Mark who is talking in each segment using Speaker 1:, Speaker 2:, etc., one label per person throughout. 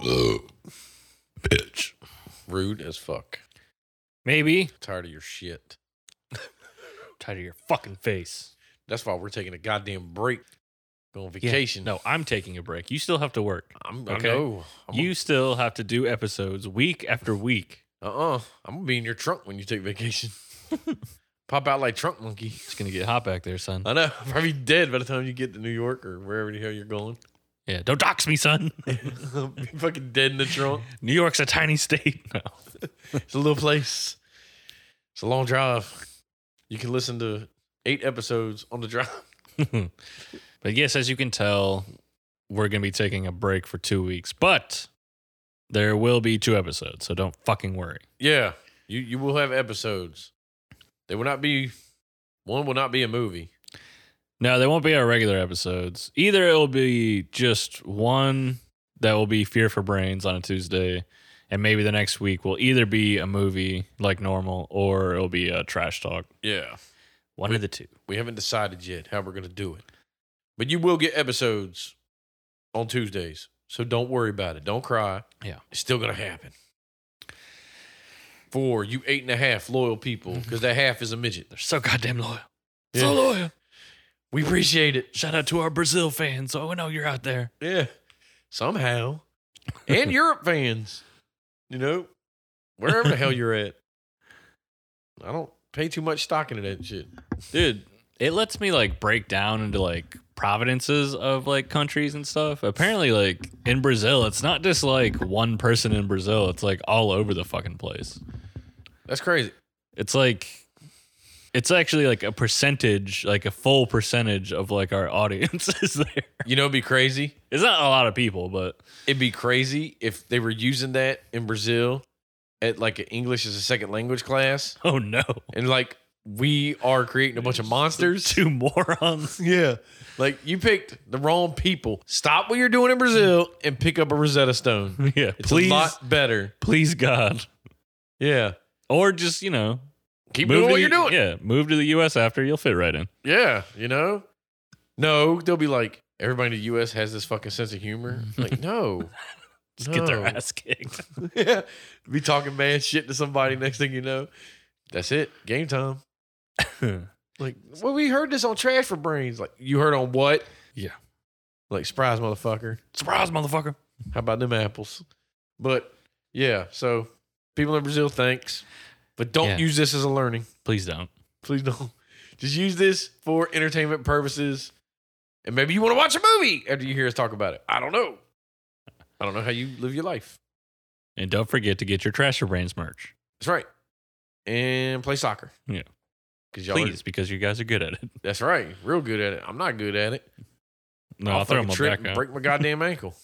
Speaker 1: Ugh. Bitch.
Speaker 2: Rude as fuck.
Speaker 3: Maybe.
Speaker 2: Tired of your shit.
Speaker 3: Tired of your fucking face.
Speaker 2: That's why we're taking a goddamn break. Go on
Speaker 3: Yeah.
Speaker 2: vacation.
Speaker 3: No, I'm taking a break. You still have to work.
Speaker 2: I'm,
Speaker 3: Okay.
Speaker 2: I know. I'm
Speaker 3: you still have to do episodes week after week.
Speaker 2: Uh uh-uh. uh. i gonna be in your trunk when you take vacation. Pop out like trunk monkey.
Speaker 3: It's gonna get hot back there, son.
Speaker 2: I know. Probably dead by the time you get to New York or wherever the hell you're going.
Speaker 3: Yeah, don't dox me, son.
Speaker 2: be fucking dead in the trunk.
Speaker 3: New York's a tiny state. No.
Speaker 2: It's a little place. It's a long drive. You can listen to eight episodes on the drive.
Speaker 3: but yes, as you can tell, we're going to be taking a break for two weeks, but there will be two episodes. So don't fucking worry.
Speaker 2: Yeah. You you will have episodes. They will not be one will not be a movie.
Speaker 3: No, they won't be our regular episodes. Either it will be just one that will be Fear for Brains on a Tuesday, and maybe the next week will either be a movie like normal or it'll be a trash talk.
Speaker 2: Yeah.
Speaker 3: One of the two.
Speaker 2: We haven't decided yet how we're gonna do it. But you will get episodes on Tuesdays. So don't worry about it. Don't cry.
Speaker 3: Yeah.
Speaker 2: It's still gonna happen. For you eight and a half loyal people, because that half is a midget.
Speaker 3: They're so goddamn loyal.
Speaker 2: Yeah.
Speaker 3: So loyal.
Speaker 2: We appreciate it.
Speaker 3: Shout out to our Brazil fans. Oh, I know you're out there.
Speaker 2: Yeah. Somehow. And Europe fans. You know, wherever the hell you're at. I don't pay too much stock into that shit.
Speaker 3: dude it lets me like break down into like providences of like countries and stuff apparently like in brazil it's not just like one person in brazil it's like all over the fucking place
Speaker 2: That's crazy.
Speaker 3: it's like it's actually like a percentage like a full percentage of like our audience is there
Speaker 2: You know, it'd be crazy.
Speaker 3: it's not a lot of people but
Speaker 2: It'd be crazy if they were using that in Brazil at like an English as a second language class.
Speaker 3: oh no
Speaker 2: And like, we are creating a bunch of monsters.
Speaker 3: two morons
Speaker 2: Yeah. Like, you picked the wrong people. Stop what you're doing in Brazil and pick up a Rosetta Stone.
Speaker 3: yeah
Speaker 2: It's
Speaker 3: please
Speaker 2: a lot better.
Speaker 3: please god
Speaker 2: Yeah.
Speaker 3: or just you know
Speaker 2: Keep
Speaker 3: move
Speaker 2: doing
Speaker 3: to
Speaker 2: what
Speaker 3: the-
Speaker 2: you're doing.
Speaker 3: yeah move to the us after you'll fit right in
Speaker 2: Yeah, you know? No, they'll be like, everybody in the US has this fucking sense of humor. Like, no.
Speaker 3: just get their
Speaker 2: No.
Speaker 3: ass kicked
Speaker 2: yeah. Be talking mad shit to somebody next thing you know. That's it. Game time. Like, well, we heard this on Trash for Brains. Like, you heard on what?
Speaker 3: Yeah.
Speaker 2: Like, surprise, motherfucker.
Speaker 3: Surprise, motherfucker.
Speaker 2: How about them apples? But yeah, so people in Brazil, thanks. But don't
Speaker 3: Yeah.
Speaker 2: use this as a learning.
Speaker 3: Please don't.
Speaker 2: Please don't. Just use this for entertainment purposes. And maybe you want to watch a movie after you hear us talk about it. I don't know. I don't know how you live your life.
Speaker 3: And don't forget to get your Trasher Brains merch.
Speaker 2: That's right. And play soccer.
Speaker 3: Yeah.
Speaker 2: Because y'all
Speaker 3: Please,
Speaker 2: are,
Speaker 3: because you guys are good at it.
Speaker 2: that's right. Real good at it. I'm not good at it.
Speaker 3: No, I'll, throw
Speaker 2: fucking
Speaker 3: my
Speaker 2: trip
Speaker 3: back
Speaker 2: and
Speaker 3: out.
Speaker 2: break my goddamn ankle.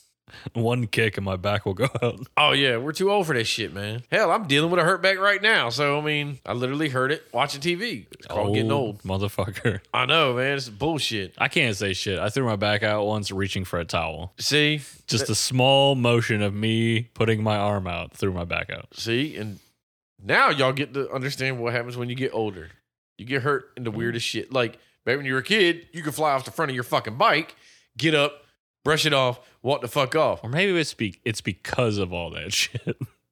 Speaker 3: One kick and my back will go out.
Speaker 2: Oh yeah, we're too old for that shit, man. Hell, I'm dealing with a hurt back right now. So I mean, I literally hurt it watching TV. It's called getting
Speaker 3: Oh.
Speaker 2: old.
Speaker 3: Motherfucker.
Speaker 2: I know, man. It's bullshit.
Speaker 3: I can't say shit. I threw my back out once reaching for a towel.
Speaker 2: See,
Speaker 3: Just a small motion of me putting my arm out threw my back out.
Speaker 2: See, and now y'all get to understand what happens when you get older. You get hurt in the
Speaker 3: Mm-hmm.
Speaker 2: weirdest shit. Like back when you were a kid, you could fly off the front of your fucking bike, get up, brush it off, walk the fuck off.
Speaker 3: Or maybe it's, be- it's because of all that shit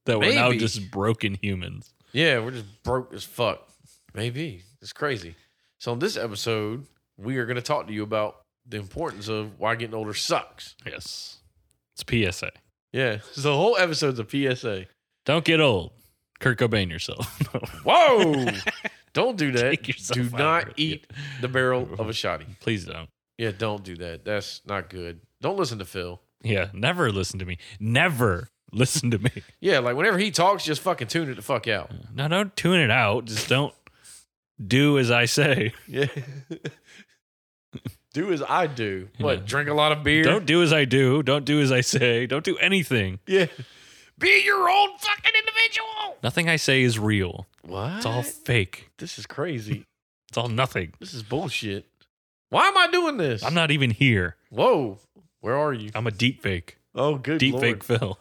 Speaker 3: that we're now
Speaker 2: Maybe.
Speaker 3: just broken humans.
Speaker 2: Yeah, we're just broke as fuck. Maybe it's crazy. So on this episode, we are going to talk to you about the importance of why getting older sucks.
Speaker 3: Yes. It's PSA.
Speaker 2: Yeah, so the whole episode's a PSA.
Speaker 3: Don't get old. Kurt Cobain yourself.
Speaker 2: Whoa! Don't do that.
Speaker 3: Take yourself
Speaker 2: Do
Speaker 3: out of
Speaker 2: not
Speaker 3: it.
Speaker 2: eat the barrel of a shotty.
Speaker 3: Please don't.
Speaker 2: Yeah, don't do that. That's not good. Don't listen to Phil.
Speaker 3: Yeah, never listen to me. Never listen to me.
Speaker 2: Yeah, like whenever he talks, just fucking tune it the fuck out.
Speaker 3: No, don't tune it out. Just don't do as I say.
Speaker 2: Yeah. do as I do.
Speaker 3: Yeah.
Speaker 2: What? Drink a lot of beer.
Speaker 3: Don't do as I do. Don't do as I say. Don't do anything.
Speaker 2: Yeah. Be your own fucking individual.
Speaker 3: Nothing I say is real.
Speaker 2: What?
Speaker 3: It's all fake.
Speaker 2: this is crazy.
Speaker 3: It's all nothing.
Speaker 2: this is bullshit. Why am I doing this?
Speaker 3: I'm not even here.
Speaker 2: Whoa. Where are you?
Speaker 3: I'm a deep fake.
Speaker 2: Oh, good
Speaker 3: Deep
Speaker 2: Lord.
Speaker 3: fake Phil.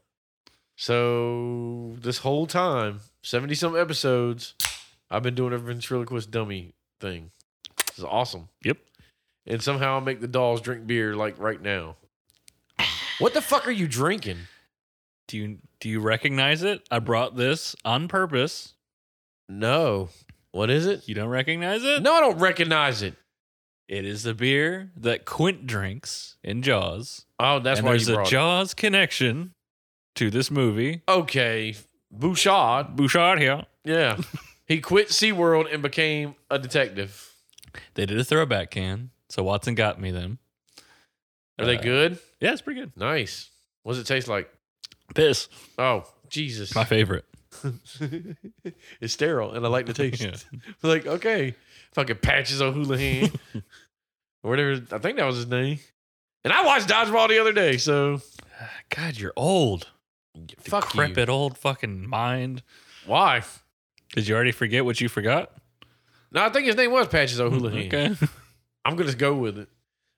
Speaker 2: So this whole time, seventy some episodes, I've been doing a ventriloquist dummy thing. This is awesome.
Speaker 3: Yep.
Speaker 2: And somehow I make the dolls drink beer like right now. What the fuck are you drinking?
Speaker 3: Do you do you recognize it? I brought this on purpose.
Speaker 2: No. What is it?
Speaker 3: You don't recognize it?
Speaker 2: No, I don't recognize it.
Speaker 3: It is the beer that Quint drinks in Jaws.
Speaker 2: Oh, that's
Speaker 3: and
Speaker 2: why
Speaker 3: there's
Speaker 2: you
Speaker 3: a
Speaker 2: brought it.
Speaker 3: Jaws connection to this movie.
Speaker 2: Okay. Bouchard.
Speaker 3: Bouchard here.
Speaker 2: Yeah. he quit SeaWorld and became a detective.
Speaker 3: They did a throwback can, so Watson got me them.
Speaker 2: Are they
Speaker 3: Uh,
Speaker 2: good?
Speaker 3: Yeah, it's pretty good.
Speaker 2: Nice. What's it taste like?
Speaker 3: Piss,
Speaker 2: Oh, Jesus.
Speaker 3: my favorite.
Speaker 2: it's sterile and I like the taste.
Speaker 3: Yeah.
Speaker 2: Like, okay. Fucking patches on Houlihan. or whatever. I think that was his name. And I watched Dodgeball the other day, so
Speaker 3: God, you're old.
Speaker 2: fuck you.
Speaker 3: Decrepit old fucking mind.
Speaker 2: Why?
Speaker 3: Did you already forget what you forgot?
Speaker 2: No, I think his name was Patches O'Houlihan.
Speaker 3: Mm-hmm, Okay.
Speaker 2: I'm gonna just go with it.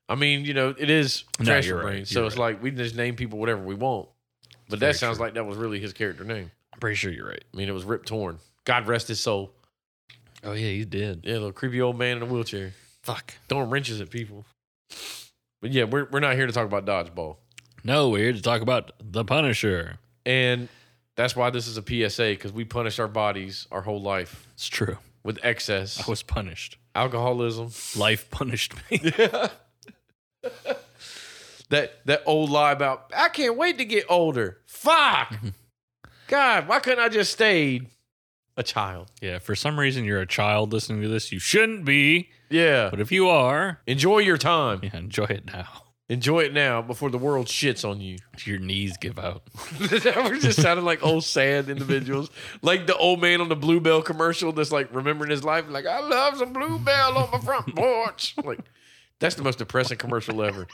Speaker 2: I mean, you know, it is
Speaker 3: No,
Speaker 2: trash
Speaker 3: you're
Speaker 2: for
Speaker 3: right.
Speaker 2: brain,
Speaker 3: You're
Speaker 2: so it's
Speaker 3: right.
Speaker 2: like we can just name people whatever we want. But
Speaker 3: Very
Speaker 2: that sounds
Speaker 3: true.
Speaker 2: like that was really his character name.
Speaker 3: I'm pretty sure you're right.
Speaker 2: I mean, it was Rip Torn. God rest his soul.
Speaker 3: Oh yeah, you did.
Speaker 2: Yeah, little creepy old man in a wheelchair
Speaker 3: Fuck.
Speaker 2: throwing wrenches at people. But yeah, we're we're not here to talk about dodgeball,
Speaker 3: No, we're here to talk about the Punisher.
Speaker 2: and that's why this is a PSA because we punish our bodies our whole life
Speaker 3: It's true.
Speaker 2: with excess
Speaker 3: I was punished.
Speaker 2: alcoholism.
Speaker 3: Life punished me.
Speaker 2: that that old lie about I can't wait to get older. Fuck.
Speaker 3: Mm-hmm.
Speaker 2: God, why couldn't I just stayed a child?
Speaker 3: yeah, for some reason you're a child listening to this. You shouldn't be,
Speaker 2: Yeah.
Speaker 3: but if you are,
Speaker 2: Enjoy your time.
Speaker 3: yeah, enjoy it now.
Speaker 2: Enjoy it now before the world shits on you.
Speaker 3: Your knees give out.
Speaker 2: that was just sounding like old sad individuals. like the old man on the Bluebell commercial that's like remembering his life, like, I love some Bluebell on my front porch. Like, that's the most depressing commercial ever.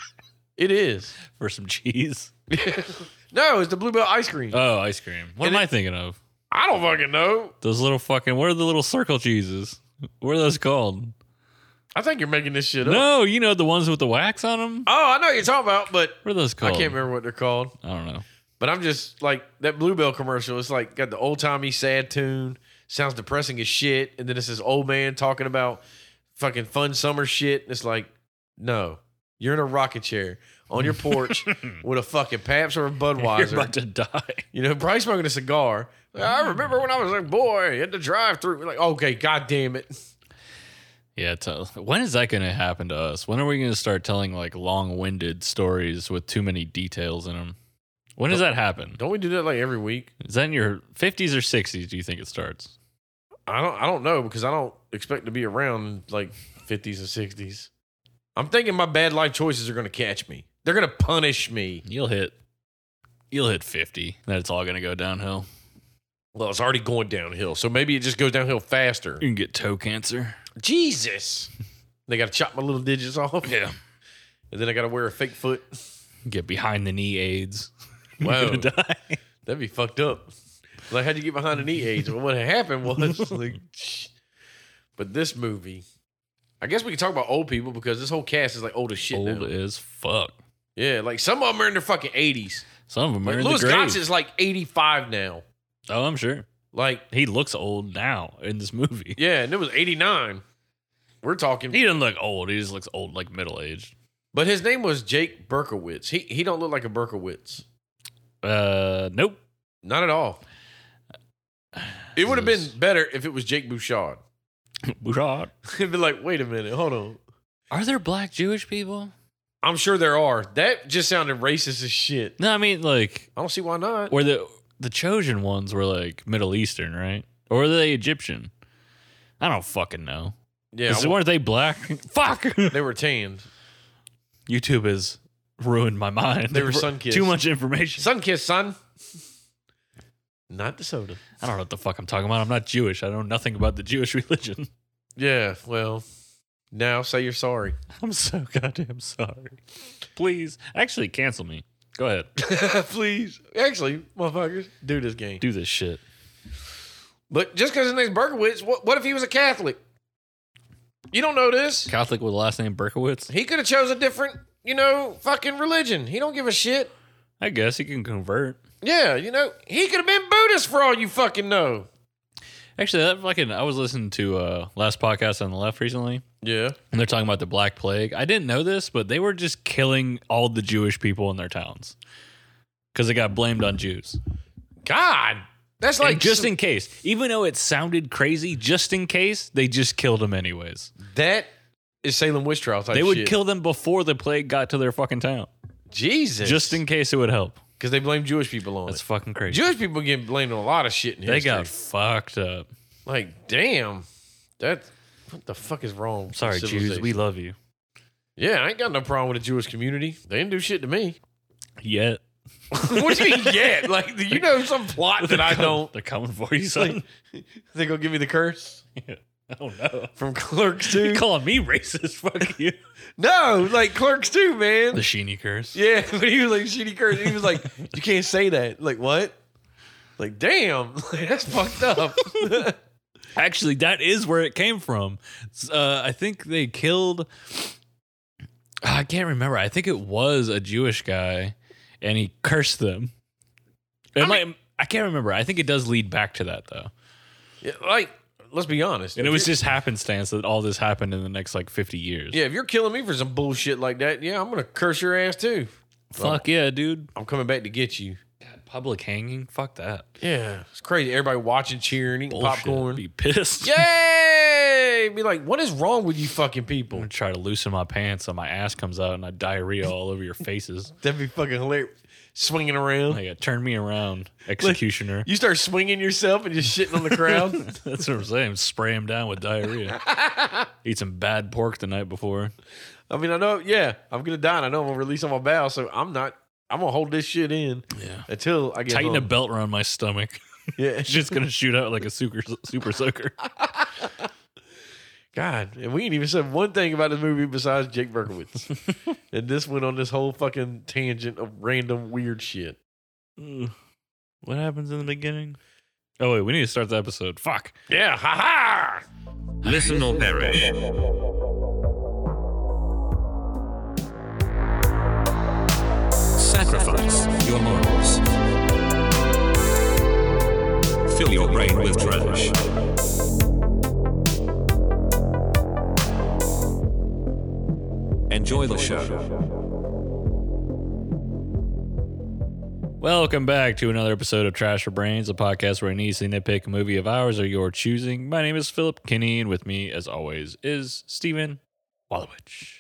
Speaker 2: It is.
Speaker 3: For some cheese.
Speaker 2: no, it's the Bluebell ice cream.
Speaker 3: Oh, ice cream. What
Speaker 2: And
Speaker 3: am
Speaker 2: it-
Speaker 3: I thinking of?
Speaker 2: I don't fucking know.
Speaker 3: Those little fucking what are the little circle cheeses? What are those called?
Speaker 2: I think you're making this shit up.
Speaker 3: No, you know the ones with the wax on them.
Speaker 2: Oh, I know what you're talking about, but
Speaker 3: What are those
Speaker 2: I
Speaker 3: called?
Speaker 2: can't remember what they're called.
Speaker 3: I don't know.
Speaker 2: But I'm just like that Bluebell commercial. It's like got the old timey sad tune, sounds depressing as shit, and then it's this old man talking about fucking fun summer shit. And it's like, no, you're in a rocket chair on your porch with a fucking Pabst or a
Speaker 3: You're
Speaker 2: Budweiser.
Speaker 3: about to die.
Speaker 2: you know, probably smoking a cigar. I remember when I was a boy at the drive-through. Like, okay, god damn it.
Speaker 3: Yeah, tell, when is that going to happen to us? When are we going to start telling like long-winded stories with too many details in them? When does that happen?
Speaker 2: Don't we do that like every week?
Speaker 3: Is that in your 50s or 60s? Do you think it starts?
Speaker 2: I don't I don't know because I don't expect to be around in, like 50s and 60s. I'm thinking my bad life choices are going to catch me. They're going to punish me.
Speaker 3: You'll hit, you'll hit 50. Then it's all going to go downhill.
Speaker 2: Well, it's already going downhill, so maybe it just goes downhill faster.
Speaker 3: You can get toe cancer.
Speaker 2: Jesus. They got to chop my little digits off.
Speaker 3: Yeah.
Speaker 2: And then I got to wear a fake foot.
Speaker 3: Get behind the knee AIDS.
Speaker 2: Wow.
Speaker 3: You're gonna die.
Speaker 2: That'd be fucked up. Like, how'd you get behind the knee age? Well, what happened was, like, shh. but this movie, I guess we can talk about old people because this whole cast is like old as shit.
Speaker 3: Old
Speaker 2: now.
Speaker 3: as fuck.
Speaker 2: Yeah, like some of them are in their fucking 80s.
Speaker 3: Some of them are
Speaker 2: Like
Speaker 3: in
Speaker 2: Lewis
Speaker 3: the grave.
Speaker 2: Johnson's like 85 now.
Speaker 3: Oh, I'm sure.
Speaker 2: Like,
Speaker 3: He looks old now in this movie.
Speaker 2: yeah, and it was 89. We're
Speaker 3: He
Speaker 2: talking.
Speaker 3: doesn't look old. He just looks old, like middle aged.
Speaker 2: But his name was Jake Berkowitz. He he don't look like a Berkowitz.
Speaker 3: Uh, nope.
Speaker 2: Not at all. It would have been
Speaker 3: This-
Speaker 2: better if it was Jake Bouchard.
Speaker 3: Bouchard.
Speaker 2: It'd be like, wait a minute, hold on.
Speaker 3: Are there black Jewish people?
Speaker 2: I'm sure there are. That just sounded racist as shit.
Speaker 3: No, I mean like
Speaker 2: I don't see why not.
Speaker 3: where the the chosen ones were like Middle Eastern, right? Or were they Egyptian? I don't fucking know.
Speaker 2: Yeah,
Speaker 3: Is- weren't they black? Fuck.
Speaker 2: they were tanned.
Speaker 3: YouTube has ruined my mind.
Speaker 2: They were sun-kissed.
Speaker 3: Too much information.
Speaker 2: Sun kiss, son. Not the soda.
Speaker 3: I don't know what the fuck I'm talking about. I'm not Jewish. I know nothing about the Jewish religion.
Speaker 2: Yeah, well, now say you're sorry.
Speaker 3: I'm so goddamn sorry. Please, actually, cancel me. Go ahead.
Speaker 2: Please. Actually, motherfuckers, do this game.
Speaker 3: Do this shit.
Speaker 2: But just because his name's Berkowitz, what, what if he was a Catholic? You don't know this.
Speaker 3: Catholic with the last name Berkowitz.
Speaker 2: He could have chose a different, you know, fucking religion. He don't give a shit.
Speaker 3: I guess he can convert.
Speaker 2: Yeah, you know, he could have been Buddhist for all you fucking know.
Speaker 3: Actually, that fucking I was listening to uh last podcast on the left recently,
Speaker 2: Yeah.
Speaker 3: and they're talking about the Black Plague. I didn't know this, but they were just killing all the Jewish people in their towns. because it got blamed on Jews.
Speaker 2: God, that's
Speaker 3: Like
Speaker 2: like
Speaker 3: just
Speaker 2: some-
Speaker 3: in case, even though it sounded crazy, just in case they just killed them anyways.
Speaker 2: that is Salem witch trial type.
Speaker 3: they would
Speaker 2: shit.
Speaker 3: kill them before the plague got to their fucking town,
Speaker 2: Jesus
Speaker 3: just in case it would help.
Speaker 2: because they blame Jewish people on
Speaker 3: That's
Speaker 2: it.
Speaker 3: fucking crazy.
Speaker 2: Jewish people get blamed on a lot of shit in
Speaker 3: they
Speaker 2: history.
Speaker 3: got fucked up.
Speaker 2: like damn that. What the fuck is wrong? with
Speaker 3: Sorry, Jews,
Speaker 2: civilization?
Speaker 3: we love you.
Speaker 2: yeah, I ain't got no problem with the Jewish community. They didn't do shit to me.
Speaker 3: Yet
Speaker 2: what do you mean yet? Like, do you know some plot that I don't?
Speaker 3: They're coming for you, son.
Speaker 2: They gonna give me the curse
Speaker 3: oh no.
Speaker 2: from Clerks
Speaker 3: You
Speaker 2: Two?
Speaker 3: calling me racist? Fuck you.
Speaker 2: No, like Clerks Two, man.
Speaker 3: The Sheeny curse.
Speaker 2: Yeah, but he was like shitty curse. He was like, "You can't say that." Like what? Like damn, like, that's fucked up.
Speaker 3: Actually, that is where it came from. S- Uh, I think they killed. I can't remember. I think it was a Jewish guy, and he cursed them. It
Speaker 2: I
Speaker 3: I, might, I can't remember. I think it does lead back to that though,
Speaker 2: Yeah, like, let's be honest.
Speaker 3: and it
Speaker 2: If
Speaker 3: was
Speaker 2: you're-
Speaker 3: just happenstance that all this happened in the next like fifty years.
Speaker 2: yeah. If you're killing me for some bullshit like that, yeah, I'm gonna curse your ass too.
Speaker 3: fuck yeah, dude.
Speaker 2: I'm coming back to get you.
Speaker 3: Public hanging, fuck that.
Speaker 2: Yeah, it's crazy. Everybody watching, cheering, eating
Speaker 3: Bullshit.
Speaker 2: popcorn.
Speaker 3: Be pissed.
Speaker 2: Yay! Be like, what is wrong with you fucking
Speaker 3: I'm
Speaker 2: people?
Speaker 3: gonna try to loosen my pants, so my ass comes out and I diarrhea all over your faces.
Speaker 2: That'd be fucking hilarious. Swinging around,
Speaker 3: Like, uh, turn me around, executioner.
Speaker 2: you start swinging yourself and just shitting on the crowd.
Speaker 3: That's what I'm saying. Spray him down with diarrhea. Eat some bad pork the night before.
Speaker 2: I mean, I know, yeah, I'm gonna die, and I know I'm gonna release on my bow, so I'm not. I'm gonna hold this shit in
Speaker 3: Yeah.
Speaker 2: until I get
Speaker 3: Tighten a
Speaker 2: home.
Speaker 3: belt around my stomach.
Speaker 2: Yeah,
Speaker 3: It's just gonna shoot out like a super super soaker.
Speaker 2: God, and we ain't even said one thing about this movie besides Jake Berkowitz, and this went on this whole fucking tangent of random weird shit.
Speaker 3: what happens in the beginning? Oh wait, we need to start the episode. Fuck.
Speaker 2: Yeah, ha ha.
Speaker 4: Listen or perish. Sacrifice your morals. Fill your brain with trash. Enjoy the show.
Speaker 3: Welcome back to another episode of Trash for Brains, a podcast where an easy nitpick a movie of ours or your choosing. My name is Philip Kinney, and with me, as always, is Steven Wallowich.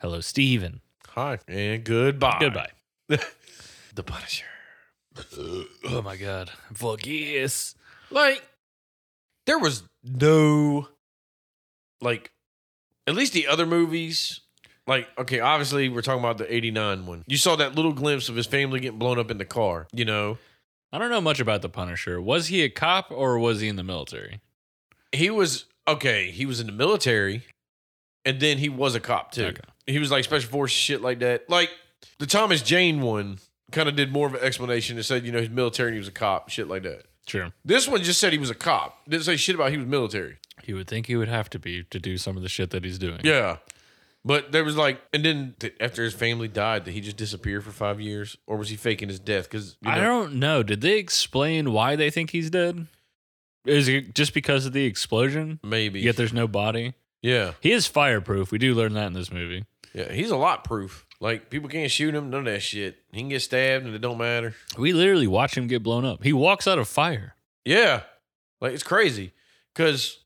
Speaker 3: Hello, Steven.
Speaker 2: Hi and goodbye.
Speaker 3: Goodbye.
Speaker 2: The Punisher.
Speaker 3: Oh my god. Vulgus.
Speaker 2: Like, there was no, like, at least the other movies. Like, okay, obviously we're talking about the '89 one. You saw that little glimpse of his family getting blown up in the car. You know,
Speaker 3: I don't know much about the Punisher. Was he a cop or was he in the military?
Speaker 2: he was okay. He was in the military, and then he was a cop too.
Speaker 3: Okay.
Speaker 2: He was like special forces shit like that. Like the Thomas Jane one kind of did more of an explanation and said, you know, he's military and he was a cop, shit like that.
Speaker 3: Sure.
Speaker 2: This one just said he was a cop. Didn't say shit about he was military.
Speaker 3: You would think he would have to be to do some of the shit that he's doing.
Speaker 2: Yeah. But there was like, and then th- after his family died, did he just disappear for five years, or was he faking his death? Because
Speaker 3: I don't know. Did they explain why they think he's dead? Is it just because of the explosion?
Speaker 2: maybe.
Speaker 3: Yet there's no body.
Speaker 2: yeah,
Speaker 3: He is fireproof. We do learn that in this movie.
Speaker 2: yeah. He's a lot proof. Like people can't shoot him, none of that shit. He can get stabbed, and it don't matter.
Speaker 3: We literally watch him get blown up. He walks out of fire.
Speaker 2: Yeah. Like it's crazy cuz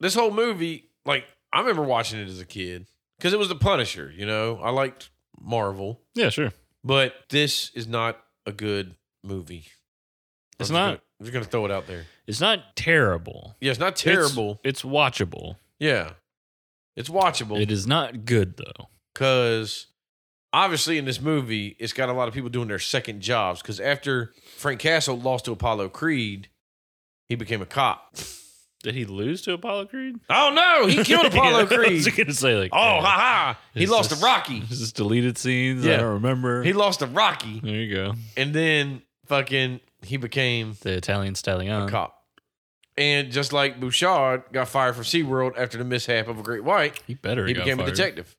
Speaker 2: this whole movie like I remember watching it as a kid cuz it was the Punisher, you know. I liked Marvel,
Speaker 3: Yeah, sure.
Speaker 2: but this is not a good movie. I'm
Speaker 3: It's
Speaker 2: just
Speaker 3: not.
Speaker 2: gonna- I'm just going to throw it out there.
Speaker 3: It's not terrible.
Speaker 2: Yeah, it's not
Speaker 3: It's-
Speaker 2: terrible.
Speaker 3: It's, watchable.
Speaker 2: yeah. It's watchable
Speaker 3: It is not good though.
Speaker 2: cuz obviously in this movie it's got a lot of people doing their second jobs cuz after Frank Castle lost to Apollo Creed, he became a cop.
Speaker 3: Did he lose to Apollo Creed?
Speaker 2: Oh no, he killed Apollo
Speaker 3: Yeah, I
Speaker 2: Creed.
Speaker 3: was gonna say like,
Speaker 2: Oh, ha ha! He
Speaker 3: It's
Speaker 2: lost
Speaker 3: just-
Speaker 2: to Rocky.
Speaker 3: This is deleted scenes.
Speaker 2: Yeah.
Speaker 3: I don't remember.
Speaker 2: He lost to Rocky,
Speaker 3: there you go.
Speaker 2: and then fucking he became
Speaker 3: The Italian stallion.
Speaker 2: cop. And just like Bouchard got fired from SeaWorld after the mishap of a great white,
Speaker 3: He better.
Speaker 2: he
Speaker 3: got
Speaker 2: became a
Speaker 3: fired.
Speaker 2: detective.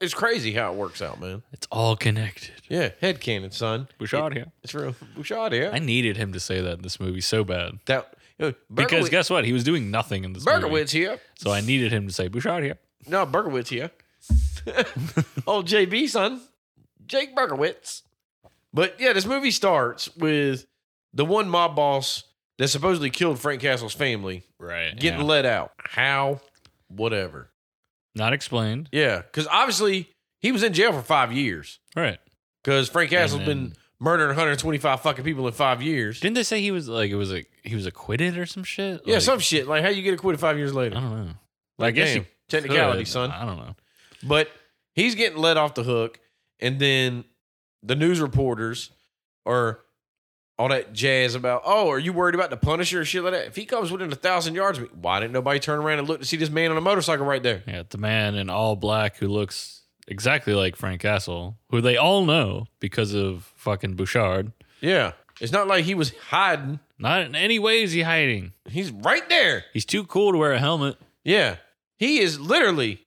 Speaker 2: It's crazy how it works out, man.
Speaker 3: It's all connected.
Speaker 2: Yeah, head cannon, son.
Speaker 3: Bouchard here.
Speaker 2: It's real. Bouchard, yeah.
Speaker 3: I needed him to say that in this movie so bad
Speaker 2: that uh,
Speaker 3: because
Speaker 2: Berkowitz,
Speaker 3: guess what? He was doing nothing in this movie.
Speaker 2: Berkowitz here.
Speaker 3: So I needed him to say Bouchard here.
Speaker 2: No, Berkowitz here. oh, JB, son. Jake Berkowitz. But yeah, this movie starts with the one mob boss that supposedly killed Frank Castle's family
Speaker 3: Right.
Speaker 2: getting
Speaker 3: yeah.
Speaker 2: let out. How? Whatever.
Speaker 3: Not explained.
Speaker 2: Yeah, because obviously he was in jail for five years
Speaker 3: Right.
Speaker 2: because Frank Castle's
Speaker 3: And
Speaker 2: been
Speaker 3: then-
Speaker 2: murdering 125 fucking people in five years.
Speaker 3: Didn't they say he was like it was like he was acquitted or some shit?
Speaker 2: Yeah,
Speaker 3: Like,
Speaker 2: some shit. Like how you get acquitted five years
Speaker 3: I
Speaker 2: later?
Speaker 3: don't know.
Speaker 2: Like,
Speaker 3: guess
Speaker 2: damn,
Speaker 3: you
Speaker 2: technicality,
Speaker 3: Could.
Speaker 2: son.
Speaker 3: I don't know.
Speaker 2: But he's getting let off the hook, and then the news reporters are all that jazz about, oh, are you worried about the Punisher or shit like that? If he comes within a thousand yards of me, why didn't nobody turn around and look to see this man on a motorcycle right there?
Speaker 3: Yeah, the man in all black who looks exactly like Frank Castle, who they all know because of fucking Bouchard.
Speaker 2: Yeah. It's not like he was hiding.
Speaker 3: Not in any way is he hiding.
Speaker 2: He's right there.
Speaker 3: He's too cool to wear a helmet.
Speaker 2: Yeah. He is literally,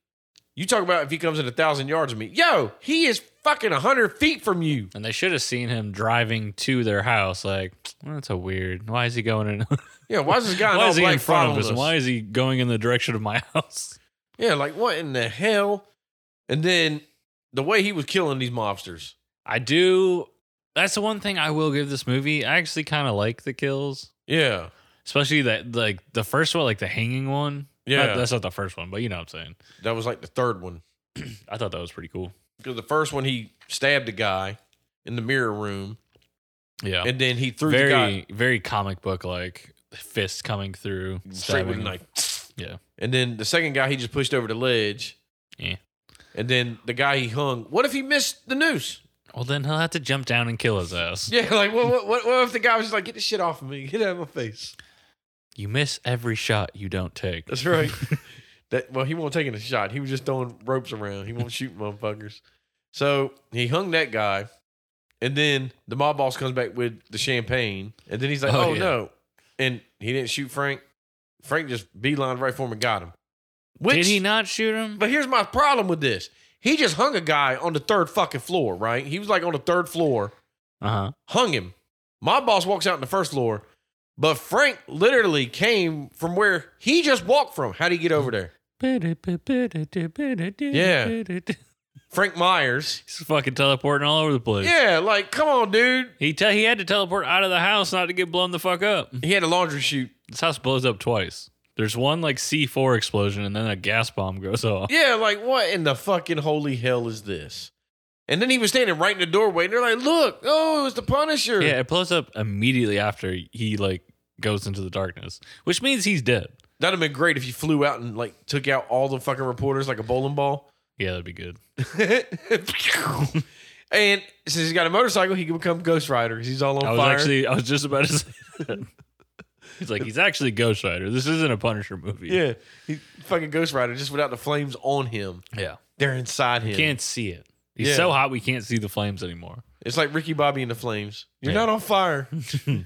Speaker 2: you talk about if he comes in a thousand yards of me. Yo, he is fucking 100 feet from you.
Speaker 3: And they should have seen him driving to their house. Like, "Well, that's a weird. Why is he going in?
Speaker 2: Yeah, why is this guy in
Speaker 3: Why
Speaker 2: all
Speaker 3: is he
Speaker 2: black
Speaker 3: in front of
Speaker 2: following
Speaker 3: us? And Why is he going in the direction of my house?
Speaker 2: Yeah, like what in the hell? And then the way he was killing these mobsters.
Speaker 3: I do. That's the one thing I will give this movie. I actually kind of like the kills,
Speaker 2: Yeah.
Speaker 3: especially that like the first one, like the hanging one.
Speaker 2: Yeah.
Speaker 3: Not- that's not the first one, but you know what I'm
Speaker 2: That was like the third one.
Speaker 3: saying. I thought that was pretty cool.
Speaker 2: Because the first one he stabbed a guy in the mirror room
Speaker 3: Yeah,
Speaker 2: and then he threw the guy
Speaker 3: very very comic book like fist coming through,
Speaker 2: straight with a
Speaker 3: stabbing.
Speaker 2: knife.
Speaker 3: Yeah.
Speaker 2: And then the second guy he just pushed over the ledge.
Speaker 3: Yeah.
Speaker 2: And then the guy he hung. What if he missed the noose?
Speaker 3: Well, then he'll have to jump down and kill his ass.
Speaker 2: Yeah, like what what what, what if the guy was just like, get this shit off of me, get out of my face.
Speaker 3: You miss every shot you don't take.
Speaker 2: That's right. that well, he wasn't taking a shot. He was just throwing ropes around. He won't shoot motherfuckers. So he hung that guy, and then the mob boss comes back with the champagne, and then he's like, "Oh,
Speaker 3: Oh, yeah.
Speaker 2: no!" And he didn't shoot Frank. Frank just beelined right for him and got him. Which,
Speaker 3: Did he not shoot him?
Speaker 2: But here's my problem with this: he just hung a guy on the third fucking floor. Right? He was like on the third floor,
Speaker 3: Uh huh.
Speaker 2: hung him. My boss walks out on the first floor, but Frank literally came from where he just walked from. How would he get over there?
Speaker 3: Yeah.
Speaker 2: Frank Myers.
Speaker 3: He's fucking teleporting all over the place.
Speaker 2: Yeah, like, come on, dude.
Speaker 3: He te- he had to teleport out of the house not to get blown the fuck up.
Speaker 2: He had a laundry chute.
Speaker 3: This house blows up twice. There's one like C4 explosion and then a gas bomb goes off.
Speaker 2: Yeah, like, what in the fucking holy hell is this? And then he was standing right in the doorway, and they're like, look, oh, it was the Punisher.
Speaker 3: Yeah, it blows up immediately after he like goes into the darkness, which means he's dead.
Speaker 2: That'd have been great if you flew out and, like, took out all the fucking reporters like a bowling ball.
Speaker 3: Yeah, that'd be good.
Speaker 2: and since he's got a motorcycle, he can become Ghost Rider 'cause he's all on
Speaker 3: I was
Speaker 2: fire.
Speaker 3: actually I was just about to say that. He's like he's actually Ghost Rider. This isn't a Punisher movie.
Speaker 2: yeah, he, fucking Ghost Rider just without the flames on him.
Speaker 3: Yeah.
Speaker 2: They're inside him.
Speaker 3: Can't see it. He's
Speaker 2: Yeah.
Speaker 3: so hot we can't see the flames anymore.
Speaker 2: It's like Ricky Bobby and the Flames. You're
Speaker 3: Yeah.
Speaker 2: not on fire.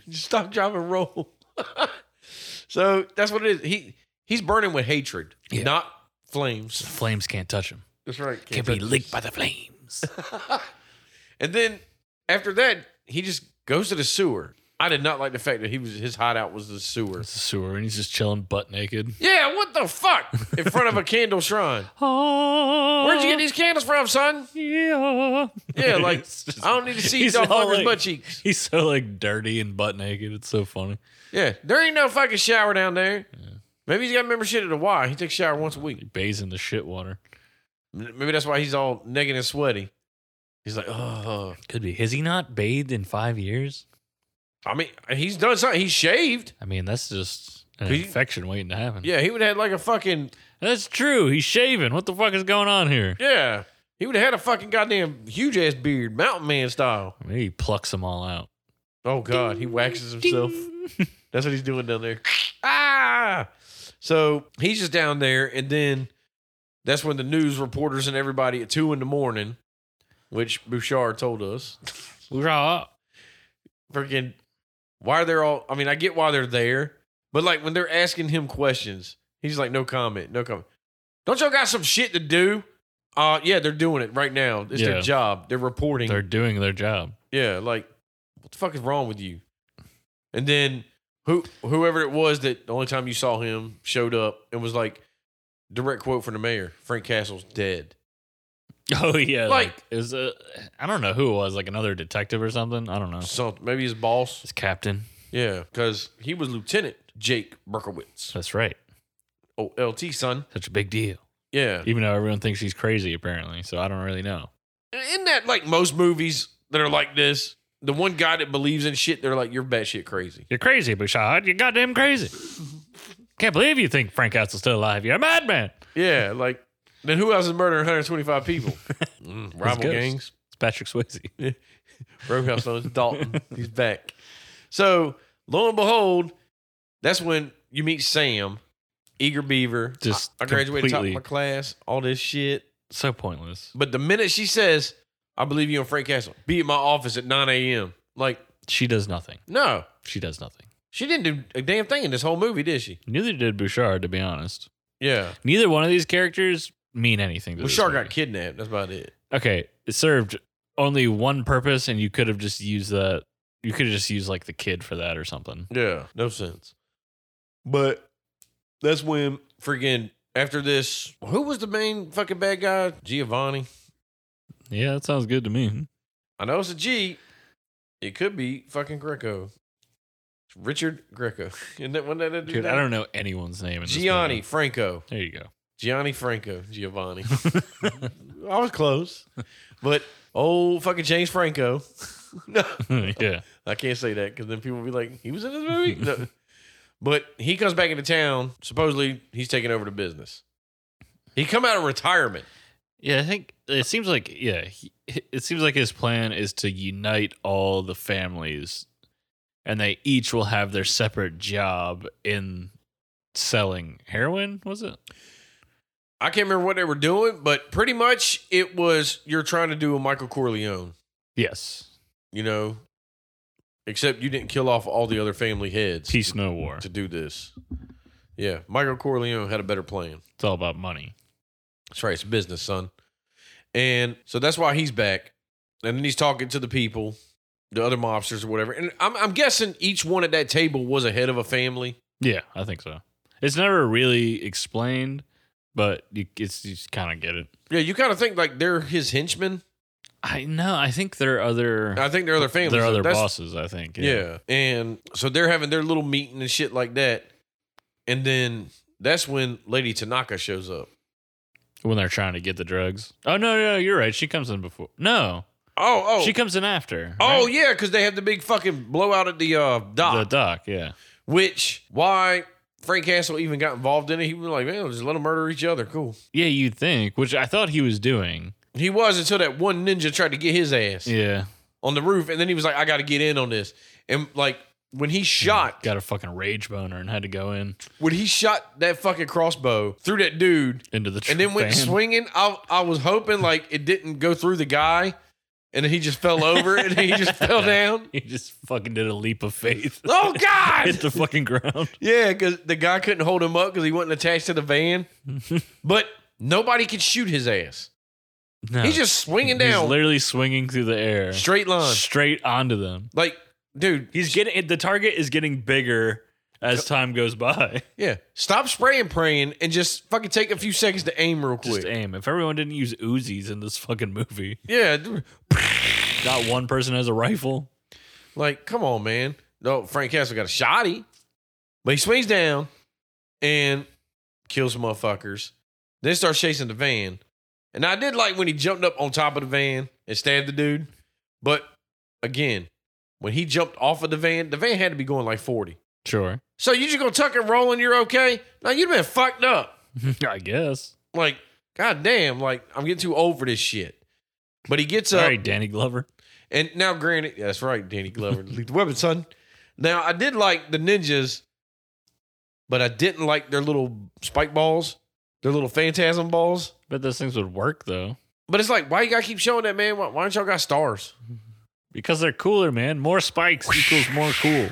Speaker 2: Just stop, drive, and roll. so that's what it is. He he's burning with hatred,
Speaker 3: Yeah.
Speaker 2: not flames.
Speaker 3: Flames can't touch him.
Speaker 2: That's right.
Speaker 3: Can't be licked by the flames.
Speaker 2: And then after that, he just goes to the sewer. I did not like the fact that he was his hideout was the sewer.
Speaker 3: It's a sewer and he's just chilling butt naked.
Speaker 2: Yeah, what the fuck? In front of a candle shrine.
Speaker 3: Ah.
Speaker 2: Where'd you get these candles from, son?
Speaker 3: Yeah.
Speaker 2: Yeah, like
Speaker 3: It's just-
Speaker 2: I don't need to see
Speaker 3: he's
Speaker 2: y'all
Speaker 3: all
Speaker 2: fuckers'
Speaker 3: like-
Speaker 2: butt cheeks.
Speaker 3: He's so like dirty and butt naked. It's so funny.
Speaker 2: Yeah, there ain't no fucking shower down there. Maybe he's got membership at the Y. He takes a shower once a week.
Speaker 3: He bathes in the shit water.
Speaker 2: Maybe that's why he's all naked and sweaty. He's like, oh,
Speaker 3: Could be. Has he not bathed in five years?
Speaker 2: I mean, he's done something. He's shaved.
Speaker 3: I mean, that's just an
Speaker 2: He-
Speaker 3: infection waiting to happen.
Speaker 2: Yeah, he would have had like a fucking
Speaker 3: That's true. He's shaving. What the fuck is going on here?
Speaker 2: yeah. He would have had a fucking goddamn huge ass beard, mountain man style.
Speaker 3: Maybe he plucks them all out.
Speaker 2: Oh god, he waxes himself. That's what he's doing down there. ah. So he's just down there, and then that's when the news reporters and everybody at two in the morning, which Bouchard told us,
Speaker 3: Hoorah.
Speaker 2: freaking why are they all I mean, I get why they're there, but like when they're asking him questions, he's like, No comment, no comment. Don't y'all got some shit to do? Uh yeah, they're doing it right now. It's their
Speaker 3: Yeah.
Speaker 2: job. They're reporting.
Speaker 3: They're doing their job.
Speaker 2: yeah, like what the fuck is wrong with you? And then who whoever it was that the only time you saw him showed up and was like direct quote from the mayor, Frank Castle's dead.
Speaker 3: Oh yeah,
Speaker 2: Like-
Speaker 3: like, is a I don't know who it was, like another detective or something. I don't know.
Speaker 2: So maybe his boss.
Speaker 3: It's captain.
Speaker 2: Yeah, because he was Lieutenant Jake Berkowitz.
Speaker 3: That's right.
Speaker 2: OLT son.
Speaker 3: Such a big deal.
Speaker 2: Yeah.
Speaker 3: Even though everyone thinks he's crazy, apparently. So I don't really know.
Speaker 2: Isn't that like most movies that are like this? The one guy that believes in shit, they're like, you're batshit crazy.
Speaker 3: You're crazy, Bouchard. You're goddamn crazy. Can't believe you think Frank Castle's still alive. You're a madman.
Speaker 2: Yeah, like, then who else is murdering 125 people? Mm, rival
Speaker 3: ghost.
Speaker 2: gangs.
Speaker 3: It's Patrick Swayze.
Speaker 2: Roadhouse knows Dalton. He's back. So lo and behold, that's when you meet Sam, Eager Beaver.
Speaker 3: Just
Speaker 2: I, I graduated top of
Speaker 3: completely-
Speaker 2: my class, all this shit.
Speaker 3: So pointless.
Speaker 2: But the minute she says, I believe you and Frank Castle, be at my office at 9 a.m. Like,
Speaker 3: She does nothing.
Speaker 2: no.
Speaker 3: She does nothing.
Speaker 2: She didn't do a damn thing in this whole movie, did she?
Speaker 3: Neither did Bouchard, to be honest.
Speaker 2: Yeah.
Speaker 3: Neither one of these characters mean anything. To
Speaker 2: Well,
Speaker 3: this
Speaker 2: Shark
Speaker 3: movie.
Speaker 2: got kidnapped. That's about it.
Speaker 3: okay, it served only one purpose, and you could have just used that. You could have just used like the kid for that or something.
Speaker 2: Yeah. No sense. But that's when freaking after this, who was the main fucking bad guy? Giovanni.
Speaker 3: Yeah, that sounds good to me.
Speaker 2: I know it's a G. It could be fucking Greco. It's Richard Greco. Isn't that one that that dude's
Speaker 3: Dude, I
Speaker 2: name?
Speaker 3: don't know anyone's name. In this
Speaker 2: Gianni
Speaker 3: movie.
Speaker 2: Franco.
Speaker 3: There you go.
Speaker 2: Gianni Franco. Giovanni. I was close. But old fucking James Franco. no.
Speaker 3: yeah.
Speaker 2: I can't say that because then people will be like, he was in this movie? No. But he comes back into town. Supposedly he's taking over the business. He come out of retirement.
Speaker 3: Yeah, I think it seems like yeah, he, it seems like his plan is to unite all the families and they each will have their separate job in selling heroin, was it?
Speaker 2: I can't remember what they were doing, but pretty much it was you're trying to do a Michael Corleone.
Speaker 3: Yes.
Speaker 2: you know, except you didn't kill off all the other family heads
Speaker 3: Peace no war.
Speaker 2: to do this. Yeah, Michael Corleone had a better plan.
Speaker 3: It's all about money.
Speaker 2: That's right, it's business, son. And so that's why he's back. And then he's talking to the people, the other mobsters or whatever. And I'm, I'm guessing each one at that table was a head of a family.
Speaker 3: Yeah, I think so. It's never really explained, but you it's you just kind of get it.
Speaker 2: Yeah, you kind of think like they're his henchmen.
Speaker 3: I know. I think there are other
Speaker 2: I think they're other families.
Speaker 3: there are other
Speaker 2: That's-
Speaker 3: bosses, I think.
Speaker 2: Yeah. And so they're having their little meeting and shit like that. And then that's when Lady Tanaka shows up.
Speaker 3: When they're trying to get the drugs. Oh no, no, you're right. She comes in before. No.
Speaker 2: Oh, oh.
Speaker 3: She comes in after.
Speaker 2: Oh
Speaker 3: right?
Speaker 2: yeah, because they have the big fucking blowout at the uh,
Speaker 3: the
Speaker 2: dock.
Speaker 3: doc, yeah.
Speaker 2: which why Frank Castle even got involved in it? He was like, man, just let them murder each other. Cool.
Speaker 3: Yeah, you'd think, which I thought he was doing.
Speaker 2: He was until that one ninja tried to get his ass
Speaker 3: Yeah.
Speaker 2: on the roof, and then he was like, I got to get in on this. And like when he shot,
Speaker 3: Got a fucking rage boner and had to go in
Speaker 2: when he shot that fucking crossbow through that dude,
Speaker 3: into the
Speaker 2: and then went
Speaker 3: van.
Speaker 2: swinging, I I was hoping like it didn't go through the guy, and then he just fell over and he just fell down.
Speaker 3: He just fucking did a leap of faith.
Speaker 2: Oh God!
Speaker 3: Hit the fucking ground.
Speaker 2: Yeah, because the guy couldn't hold him up because he wasn't attached to the van. but nobody could shoot his ass.
Speaker 3: No.
Speaker 2: He's just swinging
Speaker 3: He's
Speaker 2: down
Speaker 3: literally swinging through the air.
Speaker 2: straight line.
Speaker 3: Straight onto them.
Speaker 2: Like, dude,
Speaker 3: He's getting the target is getting bigger as time goes by.
Speaker 2: yeah. Stop spraying, praying, and just fucking take a few seconds to aim real quick.
Speaker 3: Just aim. If everyone didn't use Uzis in this fucking movie,
Speaker 2: Yeah, dude.
Speaker 3: not one person has a rifle.
Speaker 2: like, come on, man. No, Frank Castle got a shotty, but he swings down and kills some motherfuckers. Then starts chasing the van, and I did like when he jumped up on top of the van and stabbed the dude. But again, when he jumped off of the van, the van had to be going like forty.
Speaker 3: Sure.
Speaker 2: So you just gonna tuck and roll and you're okay? No, you've been fucked up.
Speaker 3: I guess.
Speaker 2: Like, goddamn, like I'm getting too old for this shit. But he gets up.
Speaker 3: Sorry, Danny Glover.
Speaker 2: And now, granted, yeah, that's right, Danny Glover, Lethal Weapon, son. Now, I did like the ninjas, but I didn't like their little spike balls, their little phantasm balls.
Speaker 3: Bet those things would work though.
Speaker 2: But it's like, why you gotta keep showing that, man? Why, why don't y'all got stars?
Speaker 3: Because they're cooler, man. More spikes equals more cool.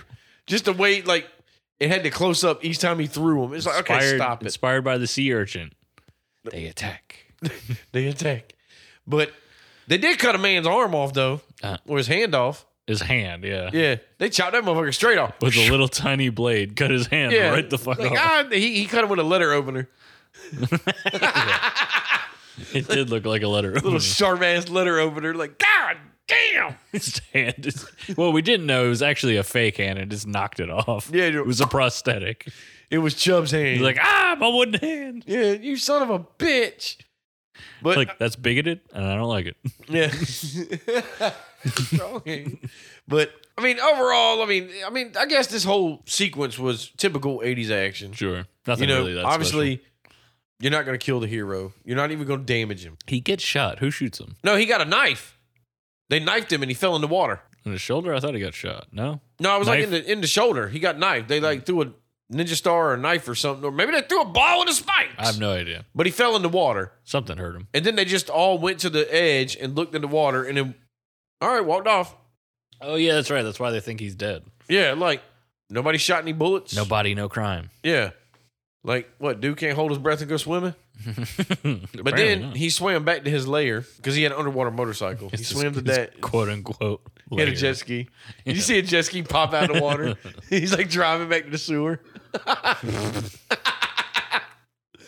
Speaker 2: Just the way, like, it had to close up each time he threw them. It's like, okay,
Speaker 3: Inspired-
Speaker 2: stop it.
Speaker 3: Inspired by the sea urchin. They attack.
Speaker 2: They attack. But they did cut a man's arm off, though,
Speaker 3: Uh.
Speaker 2: or his hand off.
Speaker 3: His hand, yeah.
Speaker 2: Yeah, they chopped that motherfucker straight off.
Speaker 3: With a little tiny blade, cut his hand
Speaker 2: Yeah, ah!
Speaker 3: right the fuck Hmm.
Speaker 2: like,
Speaker 3: off.
Speaker 2: ah, he, he cut him with a letter opener.
Speaker 3: It did look like a letter.
Speaker 2: Little
Speaker 3: opener.
Speaker 2: sharp ass letter opener. Like, God damn.
Speaker 3: His hand is- well, we didn't know it was actually a fake hand and just knocked it off.
Speaker 2: Yeah,
Speaker 3: It
Speaker 2: it was,
Speaker 3: was a prosthetic.
Speaker 2: it was Chubb's hand.
Speaker 3: He's like, ah, my wooden hand.
Speaker 2: yeah, you son of a bitch. But
Speaker 3: like, that's bigoted and I don't like it.
Speaker 2: Yeah. Okay. but I mean, overall, I mean, I mean, I guess this whole sequence was typical '80s action.
Speaker 3: Sure. Nothing
Speaker 2: you know,
Speaker 3: really that
Speaker 2: obviously,
Speaker 3: special.
Speaker 2: you're not going to kill the hero. You're not even going to damage him.
Speaker 3: He gets shot. Who shoots him?
Speaker 2: No, he got a knife. They knifed him and he fell in the water.
Speaker 3: In his shoulder? I thought he got shot. No?
Speaker 2: No, I was like
Speaker 3: Knife?
Speaker 2: in the in the shoulder. He got knifed. They like threw a ninja star or a knife or something, or maybe they threw a ball in the spikes.
Speaker 3: I have no idea.
Speaker 2: but he fell in the water.
Speaker 3: Something hurt him.
Speaker 2: And then they just all went to the edge and looked in the water and then, all right, walked off.
Speaker 3: Oh, yeah, that's right. That's why they think he's dead.
Speaker 2: Yeah, like nobody shot any bullets.
Speaker 3: No body, no crime.
Speaker 2: Yeah. Like what? Dude can't hold his breath and go swimming. But then he swam back to his lair because he had an underwater motorcycle. He swam to that.
Speaker 3: Quote unquote.
Speaker 2: He had a
Speaker 3: layer.
Speaker 2: jet ski. Did you see a jet ski pop out of the water? He's like driving back to the sewer.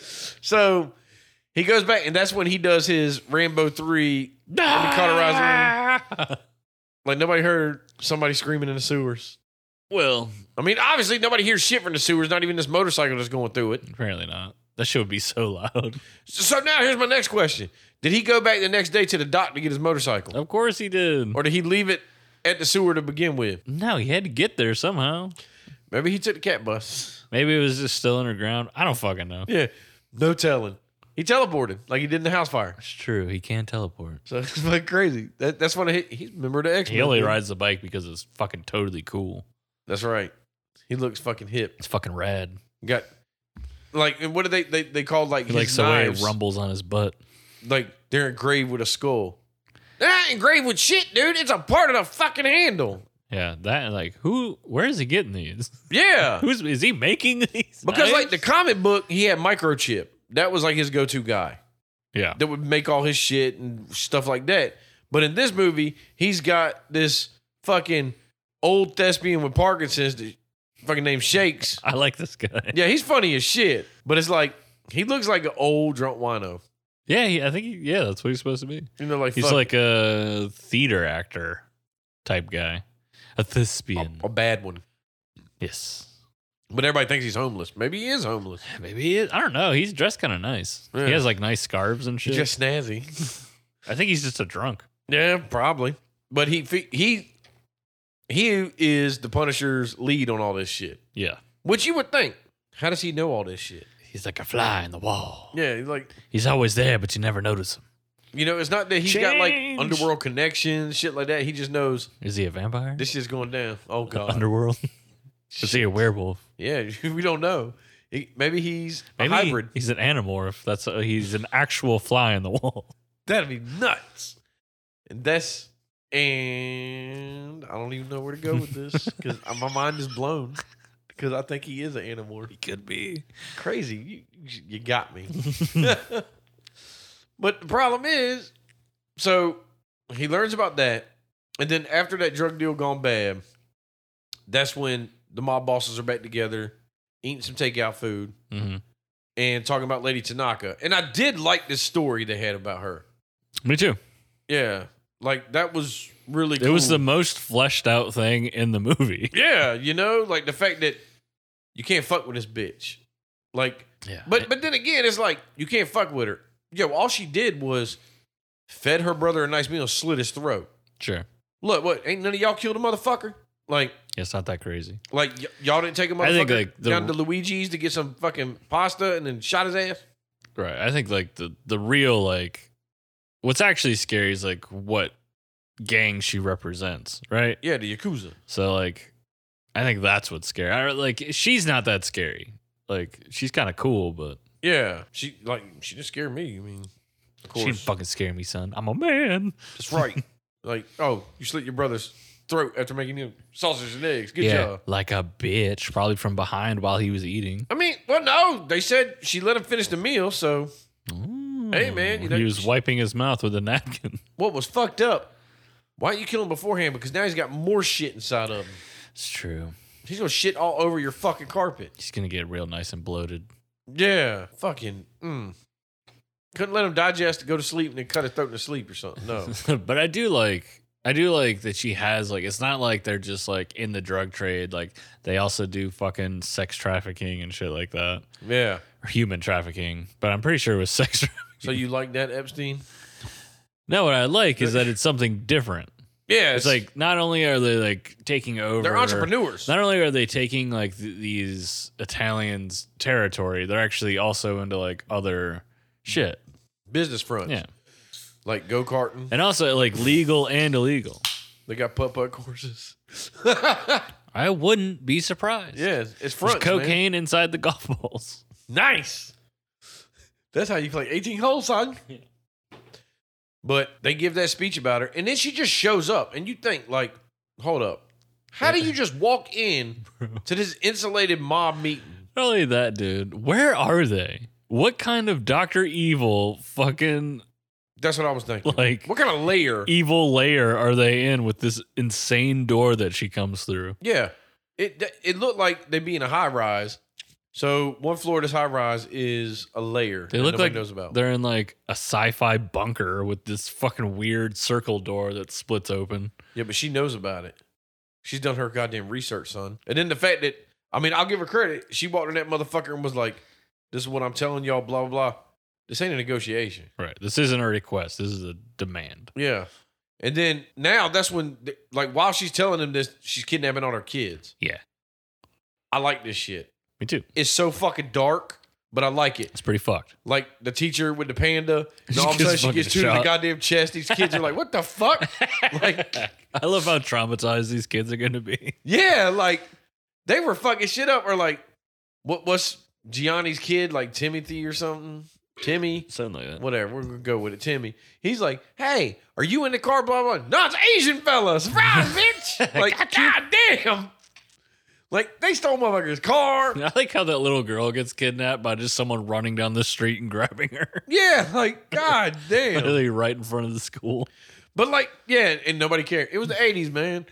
Speaker 2: so he goes back, and that's when he does his Rambo three. Let me cauterize him. Like nobody heard somebody screaming in the sewers.
Speaker 3: Well,
Speaker 2: I mean, obviously nobody hears shit from the sewers. Not even this motorcycle that's going through it.
Speaker 3: apparently not. That show would be so loud.
Speaker 2: So now here's my next question. Did he go back the next day to the dock to get his motorcycle?
Speaker 3: Of course he did.
Speaker 2: Or did he leave it at the sewer to begin with?
Speaker 3: no, he had to get there somehow.
Speaker 2: Maybe he took the cat bus.
Speaker 3: Maybe it was just still underground. I don't fucking know.
Speaker 2: Yeah. No telling. He teleported like he did in the house fire.
Speaker 3: It's true. He can teleport.
Speaker 2: So it's like crazy. That, that's when he, he's a member of the X Men.
Speaker 3: He only rides the bike because it's fucking totally cool.
Speaker 2: That's right. He looks fucking hip.
Speaker 3: It's fucking rad.
Speaker 2: Got like and what do they they, they called like
Speaker 3: He
Speaker 2: his
Speaker 3: likes the way it
Speaker 2: knives?
Speaker 3: rumbles on his butt.
Speaker 2: Like they're engraved with a skull. They're not engraved with shit, dude. It's a part of the fucking handle.
Speaker 3: Yeah, that like who? Where is he getting these?
Speaker 2: Yeah.
Speaker 3: Who's is he making these?
Speaker 2: Because like
Speaker 3: knives?
Speaker 2: the comic book, he had microchip. That was like his go-to guy
Speaker 3: yeah,
Speaker 2: that would make all his shit and stuff like that. But in this movie, he's got this fucking old thespian with Parkinson's that fucking name Shakes.
Speaker 3: I like this guy.
Speaker 2: Yeah, he's funny as shit. But it's like he looks like an old drunk wino.
Speaker 3: Yeah, he, I think he, yeah, that's what he's supposed to be.
Speaker 2: You know, like
Speaker 3: He's
Speaker 2: fuck,
Speaker 3: like a theater actor type guy, a
Speaker 2: a,
Speaker 3: thespian.
Speaker 2: a bad one.
Speaker 3: yes,
Speaker 2: But everybody thinks he's homeless. Maybe he is homeless.
Speaker 3: maybe he is. I don't know. He's dressed kind of nice.
Speaker 2: Yeah.
Speaker 3: He has like nice scarves and shit.
Speaker 2: He's just snazzy.
Speaker 3: I think he's just a drunk.
Speaker 2: Yeah, probably. But he he he is the Punisher's lead on all this shit.
Speaker 3: Yeah,
Speaker 2: Which you would think. How does he know all this shit?
Speaker 3: he's like a fly in the wall.
Speaker 2: Yeah, he's like
Speaker 3: He's always there, but you never notice him.
Speaker 2: you know, it's not that he's got like
Speaker 3: Change.
Speaker 2: underworld connections, shit like that. He just knows
Speaker 3: Is he a vampire?
Speaker 2: this shit's going down. Oh god.
Speaker 3: Underworld. is he a werewolf?
Speaker 2: yeah, we don't know. He, maybe he's
Speaker 3: Maybe
Speaker 2: a hybrid.
Speaker 3: he's an animorph. That's uh he's an actual fly in the wall.
Speaker 2: That'd be nuts. And that's and I don't even know where to go with this because my mind is blown because I think he is an animal.
Speaker 3: Could be.
Speaker 2: crazy. You, you- you got me. but the problem is, so he learns about that, and then after that drug deal gone bad, that's when the mob bosses are back together, eating some takeout food,
Speaker 3: hmm
Speaker 2: and talking about Lady Tanaka. And I did like this story they had about her.
Speaker 3: Me too.
Speaker 2: Yeah, like that was really.
Speaker 3: It was
Speaker 2: cool.
Speaker 3: the most fleshed out thing in the movie.
Speaker 2: yeah, you know, like the fact that you can't fuck with this bitch, like.
Speaker 3: Yeah.
Speaker 2: But but then again, it's like you can't fuck with her. Yeah, well, all she did was fed her brother a nice meal, and slit his throat.
Speaker 3: sure.
Speaker 2: Look, what? Ain't none of y'all killed a motherfucker. Like
Speaker 3: Yeah, it's not that crazy.
Speaker 2: like y- y'all didn't take a motherfucker
Speaker 3: I think, like, the-
Speaker 2: down to Luigi's to get some fucking pasta and then shot his ass.
Speaker 3: Right. I think like the the real like what's actually scary is like what gang she represents, right?
Speaker 2: Yeah, the yakuza.
Speaker 3: So like I think that's what's scary. I like she's not that scary. Like she's kind of cool, but
Speaker 2: Yeah, she like she just scared me. I mean, of
Speaker 3: she
Speaker 2: course,
Speaker 3: fucking scare me, son. I'm a man.
Speaker 2: that's right. like, oh, you slit your brother's throat after making him sausage and eggs. Good
Speaker 3: yeah,
Speaker 2: job.
Speaker 3: like a bitch, probably from behind while he was eating.
Speaker 2: I mean, well, no, they said she let him finish the meal, so
Speaker 3: Mm.
Speaker 2: Hey, man, you know-
Speaker 3: Hmm. he was wiping his mouth with a napkin.
Speaker 2: what was fucked up. Why didn't you kill him beforehand? Because now he's got more shit inside of him.
Speaker 3: It's true.
Speaker 2: He's gonna shit all over your fucking carpet.
Speaker 3: He's gonna get real nice and bloated.
Speaker 2: Yeah, fucking. Mm. couldn't let him digest to go to sleep and then cut her throat to sleep or something. No.
Speaker 3: but I do like I do like that she has like it's not like they're just like in the drug trade like they also do fucking sex trafficking and shit like that
Speaker 2: yeah.
Speaker 3: or human trafficking but I'm pretty sure it was sex trafficking.
Speaker 2: So you like that Epstein?
Speaker 3: No, what I like is that it's something different.
Speaker 2: Yeah.
Speaker 3: It's like not only are they like taking over
Speaker 2: they're entrepreneurs.
Speaker 3: Not only are they taking like th- these Italians territory, they're actually also into like other shit.
Speaker 2: business fronts.
Speaker 3: Yeah.
Speaker 2: Like go karting.
Speaker 3: And also like legal and illegal.
Speaker 2: They got putt putt courses.
Speaker 3: I wouldn't be surprised.
Speaker 2: Yeah, it's, it's
Speaker 3: There's
Speaker 2: fronts. man.
Speaker 3: cocaine inside the golf balls.
Speaker 2: Nice. That's how you play 18 holes, son. But they give that speech about her, and then she just shows up, and you think, like, hold up. How do you just walk in to this insulated mob meeting?
Speaker 3: Not only that, dude. Where are they? What kind of Doctor Evil fucking
Speaker 2: That's what I was thinking.
Speaker 3: like e-
Speaker 2: what kind of layer?
Speaker 3: evil layer are they in with this insane door that she comes through?
Speaker 2: yeah. It th- it looked like they'd be in a high rise. So one floor of this high rise is a layer.
Speaker 3: They
Speaker 2: that
Speaker 3: look
Speaker 2: nobody
Speaker 3: like
Speaker 2: knows about.
Speaker 3: they're in like a sci-fi bunker with this fucking weird circle door that splits open.
Speaker 2: Yeah, but she knows about it. She's done her goddamn research, son. And then the fact that, I mean, I'll give her credit. She walked in that motherfucker and was like, this is what I'm telling y'all, blah, blah, blah. This ain't a negotiation.
Speaker 3: Right. This isn't a request. This is a demand.
Speaker 2: Yeah. And then now that's when, th- like, while she's telling them this, she's kidnapping all her kids.
Speaker 3: Yeah.
Speaker 2: I like this shit.
Speaker 3: Me too.
Speaker 2: It's so fucking dark, but I like it.
Speaker 3: It's pretty fucked.
Speaker 2: Like the teacher with the panda, and
Speaker 3: She
Speaker 2: all of a sudden
Speaker 3: gets
Speaker 2: she gets two
Speaker 3: fucking
Speaker 2: in the
Speaker 3: shot.
Speaker 2: goddamn chest. These kids are like, what the fuck? Like,
Speaker 3: I love how traumatized these kids are going to be.
Speaker 2: Yeah, like they were fucking shit up. Or like, what what's Gianni's kid like Timothy or something? Timmy,
Speaker 3: Something like that.
Speaker 2: whatever. We're gonna go with it. Timmy. He's like, hey, are you in the car? Blah blah. No, it's Asian fella. Surprise, bitch! Like, goddamn. Like they stole motherfucker's car.
Speaker 3: I like how that little girl gets kidnapped by just someone running down the street and grabbing her.
Speaker 2: Yeah, like goddamn.
Speaker 3: Literally right in front of the school.
Speaker 2: But like, yeah, and nobody cared. It was the '80s, man.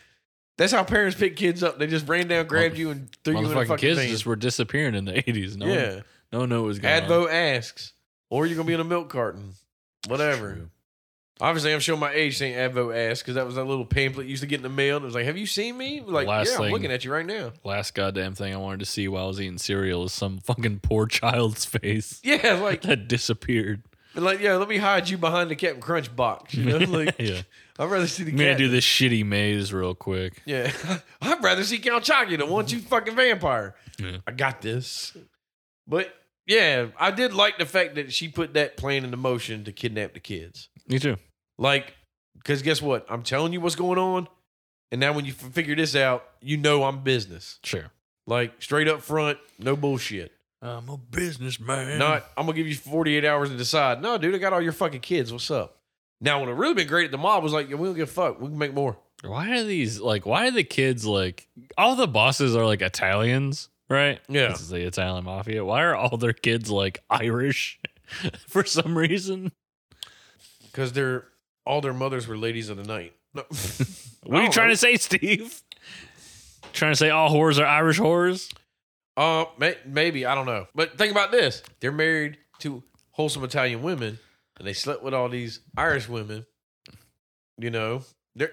Speaker 2: That's how parents pick kids up. They just ran down, grabbed you, and threw you in a
Speaker 3: Motherfucking
Speaker 2: fucking
Speaker 3: kids
Speaker 2: thing.
Speaker 3: just were disappearing in the 80s. No
Speaker 2: yeah.
Speaker 3: one, no one knew what was going on.
Speaker 2: Advo asks, or you're gonna be in a milk carton, whatever.
Speaker 3: True.
Speaker 2: Obviously, I'm showing my age saying Advo asks because that was that little pamphlet you used to get in the mail. And it was like, "Have you seen me?" Like,
Speaker 3: Last
Speaker 2: yeah, I'm
Speaker 3: thing-
Speaker 2: looking at you right now.
Speaker 3: Last goddamn thing I wanted to see while I was eating cereal is some fucking poor child's face
Speaker 2: Yeah, like,
Speaker 3: that disappeared.
Speaker 2: like, yeah, let me hide you behind the Captain Crunch box. You know, like,
Speaker 3: yeah.
Speaker 2: I'd rather see the
Speaker 3: I'm gonna
Speaker 2: cat.
Speaker 3: do this shitty maze real quick.
Speaker 2: yeah, I'd rather see Count Chocula than want you fucking vampire.
Speaker 3: Yeah.
Speaker 2: I got this. But yeah, I did like the fact that she put that plan into motion to kidnap the kids.
Speaker 3: Me too.
Speaker 2: Like, because guess what? I'm telling you what's going on. And now when you f- figure this out, you know I'm business.
Speaker 3: Sure.
Speaker 2: Like, straight up front, no bullshit.
Speaker 3: I'm a businessman.
Speaker 2: Not, I'm going to give you 48 hours to decide. No, dude, I got all your fucking kids. What's up? Now, when it really been great at the mob was like, yeah, we don't give a fuck. We can make more.
Speaker 3: why are these like? Why are the kids like? All the bosses are like Italians, right?
Speaker 2: Yeah.
Speaker 3: This is the Italian mafia. Why are all their kids like Irish for some reason?
Speaker 2: Because they're, all their mothers were ladies of the night. No.
Speaker 3: What are you
Speaker 2: Oh.
Speaker 3: trying to say, Steve? Trying to say all whores are Irish whores?
Speaker 2: uh, may- maybe. I don't know. But think about this. They're married to wholesome Italian women and they slept with all these Irish women. You know, they're,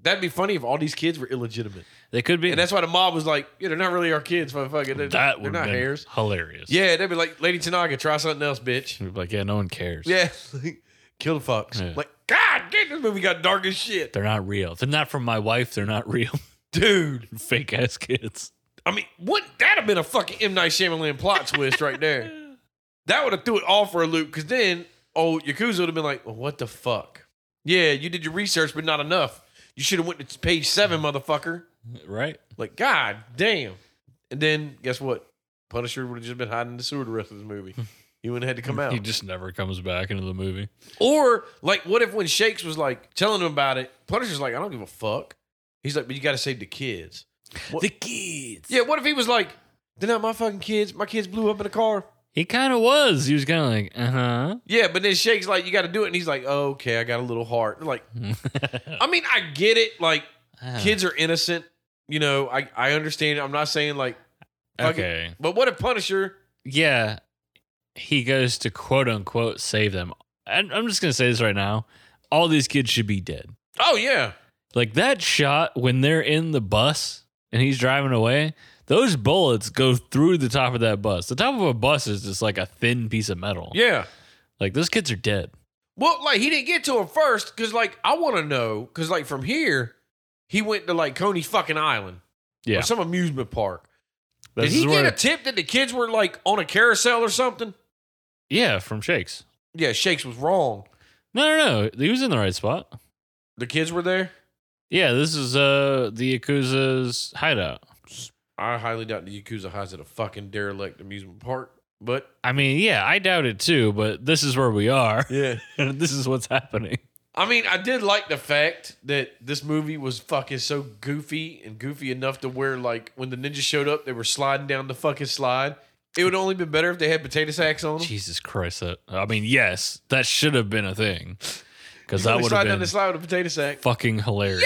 Speaker 2: that'd be funny if all these kids were illegitimate.
Speaker 3: They could be.
Speaker 2: And that's why the mob was like, yeah, they're not really our kids, motherfucker. They're,
Speaker 3: that
Speaker 2: they're
Speaker 3: would
Speaker 2: not
Speaker 3: have been
Speaker 2: hairs.
Speaker 3: hilarious.
Speaker 2: Yeah, they'd be like, Lady Tanaga, try something else, bitch.
Speaker 3: We'd be Like, yeah, no one cares.
Speaker 2: Yeah. Kill the fox.
Speaker 3: Yeah.
Speaker 2: Like, God, damn, this movie got dark as shit.
Speaker 3: They're not real. If they're not from my wife, they're not real.
Speaker 2: Dude.
Speaker 3: Fake ass kids.
Speaker 2: I mean, wouldn't that have been a fucking M. Night Shyamalan plot twist right there? That would have threw it all for a loop because then, oh, Yakuza would have been like, well, what the fuck? Yeah, you did your research, but not enough. You should have went to page seven, motherfucker.
Speaker 3: Right?
Speaker 2: Like, god damn. And then, guess what? Punisher would have just been hiding in the sewer the rest of the movie. He wouldn't have had to come
Speaker 3: He
Speaker 2: out.
Speaker 3: just never comes back into the movie.
Speaker 2: Or, like, what if when Shakes was like telling him about it, Punisher's like, I don't give a fuck. He's like, but you got to save the kids. What-
Speaker 3: The kids.
Speaker 2: Yeah, what if he was like, they're not my fucking kids. My kids blew up in a car.
Speaker 3: He kind of was. He was kind of like, uh
Speaker 2: Yeah, but then Shake's like, you got to do it. And he's like, oh, okay, I got a little heart. And, Like, I mean, I get it. Like,
Speaker 3: huh.
Speaker 2: kids are innocent. You know, I, I understand. it. I'm not saying like, fuck it.
Speaker 3: Okay.
Speaker 2: But what if Punisher
Speaker 3: Yeah. he goes to quote unquote save them. And I'm just gonna say this right now: all these kids should be dead.
Speaker 2: Oh yeah.
Speaker 3: Like that shot when they're in the bus and he's driving away, those bullets go through the top of that bus. The top of a bus is just like a thin piece of metal.
Speaker 2: Yeah.
Speaker 3: Like those kids are dead.
Speaker 2: Well, like he didn't get to him first because, like, I want to know because, like, from here, he went to like Coney fucking Island
Speaker 3: Yeah.
Speaker 2: or some amusement park.
Speaker 3: This
Speaker 2: Did
Speaker 3: is
Speaker 2: he
Speaker 3: where-
Speaker 2: get a tip that the kids were like on a carousel or something?
Speaker 3: yeah, from Shakes.
Speaker 2: Yeah, Shakes was wrong.
Speaker 3: No, no, no. He was in the right spot.
Speaker 2: The kids were there.
Speaker 3: Yeah, this is uh the Yakuza's hideout.
Speaker 2: I highly doubt the Yakuza hides at a fucking derelict amusement park, but
Speaker 3: I mean, yeah, I doubt it too, but this is where we are.
Speaker 2: yeah.
Speaker 3: and this is what's happening.
Speaker 2: I mean, I did like the fact that this movie was fucking so goofy and goofy enough to where, like, when the ninjas showed up, they were sliding down the fucking slide. It would only been better if they had potato sacks on them.
Speaker 3: Jesus Christ. That, I mean, yes, that should have been a thing. Because
Speaker 2: You
Speaker 3: that
Speaker 2: only
Speaker 3: would
Speaker 2: slide
Speaker 3: have
Speaker 2: down the
Speaker 3: been
Speaker 2: slide with a potato sack.
Speaker 3: fucking hilarious.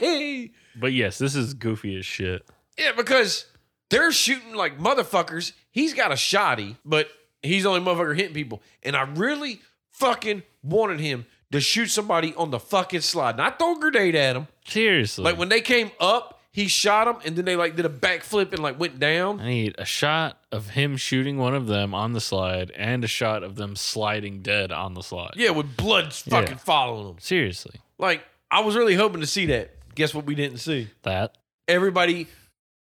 Speaker 2: Yay!
Speaker 3: But yes, this is goofy as shit.
Speaker 2: Yeah, because they're shooting like motherfuckers. He's got a shotty, but he's the only motherfucker hitting people. And I really fucking wanted him to shoot somebody on the fucking slide. Not throw a grenade at him.
Speaker 3: Seriously.
Speaker 2: Like when they came up, he shot him, and then they like did a backflip and like went down.
Speaker 3: I need a shot of him shooting one of them on the slide and a shot of them sliding dead on the slide.
Speaker 2: Yeah, with blood fucking
Speaker 3: Yeah.
Speaker 2: following him.
Speaker 3: Seriously.
Speaker 2: Like I was really hoping to see that. Guess what? We didn't see.
Speaker 3: That.
Speaker 2: Everybody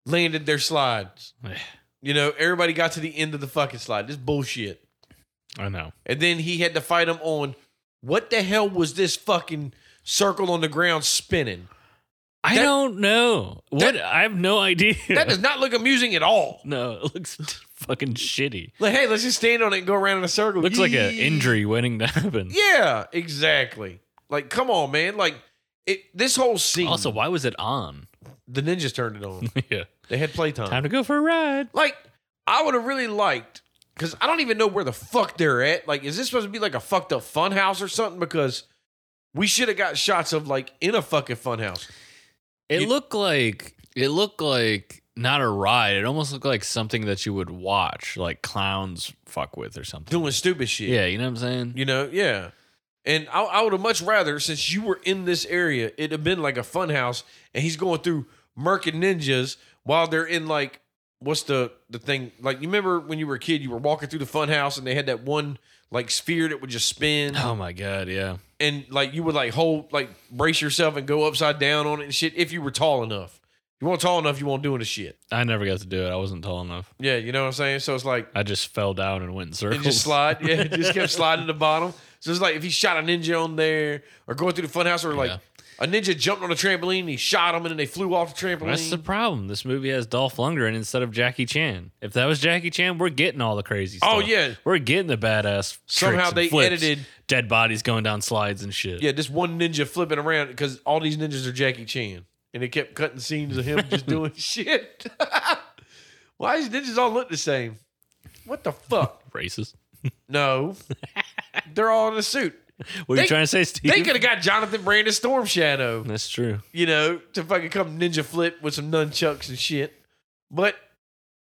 Speaker 2: landed their slides.
Speaker 3: Eh,
Speaker 2: You know, everybody got to the end of the fucking slide. This bullshit.
Speaker 3: I know.
Speaker 2: And then he had to fight him on what the hell was this fucking circle on the ground spinning?
Speaker 3: I
Speaker 2: That-
Speaker 3: don't know. What?
Speaker 2: That-
Speaker 3: I have no idea.
Speaker 2: That does not look amusing at all.
Speaker 3: no, it looks fucking shitty.
Speaker 2: Like, hey, let's just stand on it and go around in a circle.
Speaker 3: Looks like an
Speaker 2: Yee.
Speaker 3: injury waiting to happen.
Speaker 2: Yeah, exactly. Like, come on, man. Like, it, this whole scene.
Speaker 3: Also, why was it on?
Speaker 2: the ninjas turned it on.
Speaker 3: yeah.
Speaker 2: They had playtime.
Speaker 3: Time to go for a ride.
Speaker 2: like, I would have really liked because I don't even know where the fuck they're at. Like, is this supposed to be like a fucked up fun house or something? Because we should have got shots of like in a fucking fun house.
Speaker 3: It
Speaker 2: You-
Speaker 3: looked like it looked like not a ride. It almost looked like something that you would watch, like clowns fuck with or something.
Speaker 2: doing stupid shit.
Speaker 3: Yeah, you know what I'm saying?
Speaker 2: You know, yeah. And I, I would have much rather, since you were in this area, it'd have been like a fun house and he's going through murking ninjas while they're in like what's the the thing like you remember when you were a kid you were walking through the fun house and they had that one like sphere that would just spin
Speaker 3: Oh my god, yeah.
Speaker 2: and like you would like hold like brace yourself and go upside down on it and shit if you were tall enough you weren't tall enough you weren't doing the shit
Speaker 3: I never got to do it. I wasn't tall enough.
Speaker 2: yeah you know what i'm saying so it's like
Speaker 3: I just fell down and went in circles.
Speaker 2: and just slide. Yeah, it just kept sliding to the bottom. So it's like if he shot a ninja on there or going through the funhouse or like
Speaker 3: Yeah.
Speaker 2: a ninja jumped on a trampoline and he shot him and then they flew off the trampoline.
Speaker 3: That's the problem. This movie has Dolph Lundgren instead of Jackie Chan. If that was Jackie Chan, we're getting all the crazy stuff.
Speaker 2: Oh, yeah.
Speaker 3: We're getting the badass.
Speaker 2: Somehow
Speaker 3: tricks and
Speaker 2: they
Speaker 3: flips,
Speaker 2: edited-
Speaker 3: dead bodies going down slides and shit.
Speaker 2: yeah, this one ninja flipping around because all these ninjas are Jackie Chan. And they kept cutting scenes of him just doing shit. Why these ninjas all look the same? What the fuck?
Speaker 3: Racist.
Speaker 2: No. They're all in a suit.
Speaker 3: What are
Speaker 2: They-
Speaker 3: you trying to say, Steve?
Speaker 2: They could have got Jonathan Brandon Storm Shadow.
Speaker 3: That's true.
Speaker 2: you know, to fucking come ninja flip with some nunchucks and shit. But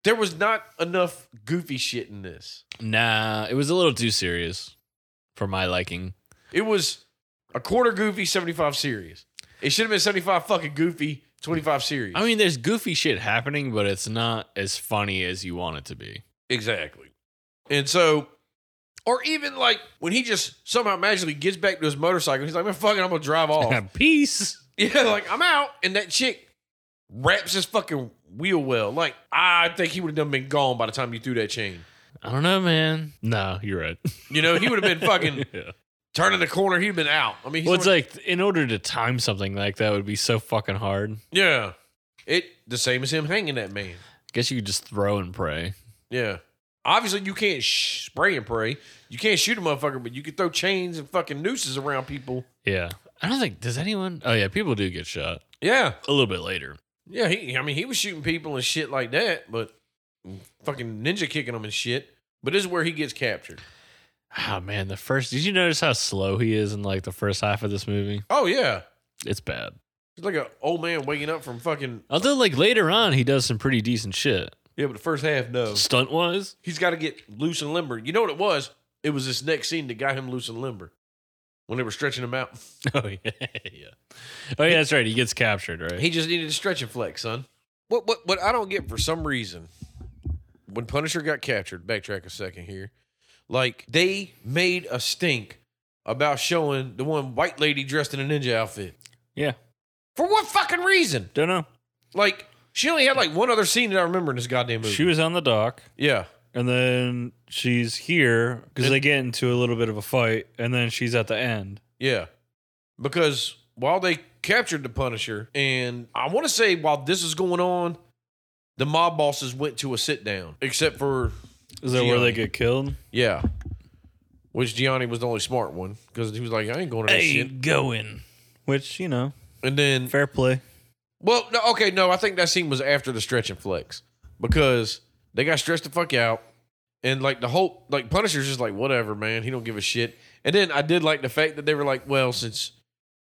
Speaker 2: there was not enough goofy shit in this.
Speaker 3: Nah, it was a little too serious for my liking.
Speaker 2: It was a quarter goofy, 75 serious. It should have been 75 fucking goofy, 25 serious.
Speaker 3: I mean, there's goofy shit happening, but it's not as funny as you want it to be.
Speaker 2: exactly. And so, or even like when he just somehow magically gets back to his motorcycle, he's like, man, fucking, I'm gonna drive off.
Speaker 3: Peace.
Speaker 2: yeah, like I'm out. And that chick wraps his fucking wheel well. Like, I think he would have done been gone by the time you threw that chain.
Speaker 3: I don't know, man. No, you're right.
Speaker 2: You know, he would have been fucking
Speaker 3: yeah.
Speaker 2: turning the corner, he'd been out. I mean, he's
Speaker 3: Well, it's
Speaker 2: only-
Speaker 3: like in order to time something like that would be so fucking hard.
Speaker 2: yeah, it the same as him hanging that man.
Speaker 3: guess you could just throw and pray.
Speaker 2: Yeah, obviously you can't sh- spray and pray, you can't shoot a motherfucker, but you can throw chains and fucking nooses around people.
Speaker 3: Yeah. I don't think does anyone. Oh yeah, people do get shot
Speaker 2: Yeah,
Speaker 3: a little bit later.
Speaker 2: yeah. He, I mean, he was shooting people and shit like that, but fucking ninja kicking them and shit. But this is where he gets captured.
Speaker 3: Oh man, the first. Did you notice how slow he is in like the first half of this movie?
Speaker 2: Oh yeah,
Speaker 3: It's bad.
Speaker 2: he's like an old man waking up from fucking.
Speaker 3: Although like later on he does some pretty decent shit.
Speaker 2: Yeah, but the first half, no.
Speaker 3: Stunt wise,
Speaker 2: He's got to get loose and limber. You know what it was? It was this next scene that got him loose and limber when they were stretching him out.
Speaker 3: oh yeah, yeah. Oh yeah, that's right. He gets captured, right?
Speaker 2: He just needed to stretch and flex, son. What what what I don't get for some reason when Punisher got captured, backtrack a second here. Like they made a stink about showing the one white lady dressed in a ninja outfit.
Speaker 3: yeah.
Speaker 2: For what fucking reason?
Speaker 3: Don't know.
Speaker 2: Like she only had like one other scene that I remember in this goddamn movie.
Speaker 3: She was on the dock,
Speaker 2: yeah.
Speaker 3: and then she's here because they get into a little bit of a fight, and then she's at the end.
Speaker 2: Yeah. Because while they captured the Punisher, and I want to say while this is going on, the mob bosses went to a sit down, except for,
Speaker 3: Is that where
Speaker 2: Gianni.
Speaker 3: they get killed?
Speaker 2: yeah, which Gianni was the only smart one because he was like, I ain't going to that shit.
Speaker 3: going. Which you know,
Speaker 2: And then,
Speaker 3: fair play.
Speaker 2: well, no, okay, no, I think that scene was after the stretch and flex because they got stretched the fuck out. And like the whole, like Punisher's just like, whatever, man. He don't give a shit. And then I did like the fact that they were like, well, since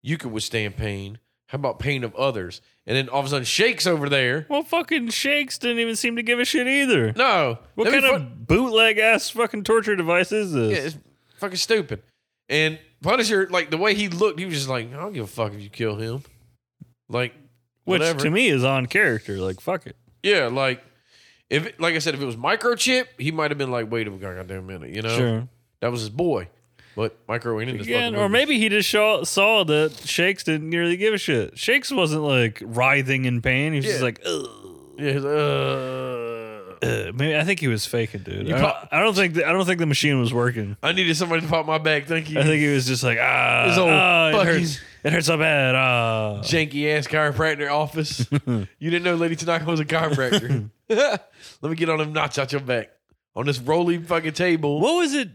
Speaker 2: you can withstand pain, how about pain of others? And then all of a sudden, Shakes over there.
Speaker 3: Well, fucking Shakes didn't even seem to give a shit either.
Speaker 2: No,
Speaker 3: What
Speaker 2: that'd
Speaker 3: kind
Speaker 2: be
Speaker 3: of bootleg ass fucking torture device is
Speaker 2: fu-
Speaker 3: this?
Speaker 2: Yeah, it's fucking stupid. And Punisher, like the way he looked, he was just like, I don't give a fuck if you kill him. Like,
Speaker 3: Which
Speaker 2: whatever.
Speaker 3: to me is on character. Like fuck it.
Speaker 2: Yeah, like if it- like I said, if it was microchip, he might have been like, wait a goddamn minute, you know?
Speaker 3: Sure.
Speaker 2: That was his boy. But micro ain't in this
Speaker 3: Again,
Speaker 2: Oh, fucking
Speaker 3: or
Speaker 2: movie.
Speaker 3: maybe he just saw, saw that Shakes didn't really give a shit. Shakes wasn't like writhing in pain. He was just
Speaker 2: Yeah.
Speaker 3: like, Ugh.
Speaker 2: Yeah, he's like, "Uh,
Speaker 3: Uh, maybe I think he was faking, dude.
Speaker 2: You
Speaker 3: I,
Speaker 2: prob-
Speaker 3: don't, I don't think the, I don't think the machine was working.
Speaker 2: I needed somebody to pop my back, thank you.
Speaker 3: I think he was just like, ah,
Speaker 2: His old
Speaker 3: ah, it
Speaker 2: fucking-
Speaker 3: hurts, it hurts so bad. Ah,
Speaker 2: Janky ass chiropractor office. you didn't know Lady Tanaka was a chiropractor. Let me get on him notch out your back. On this rolling fucking table.
Speaker 3: what was it?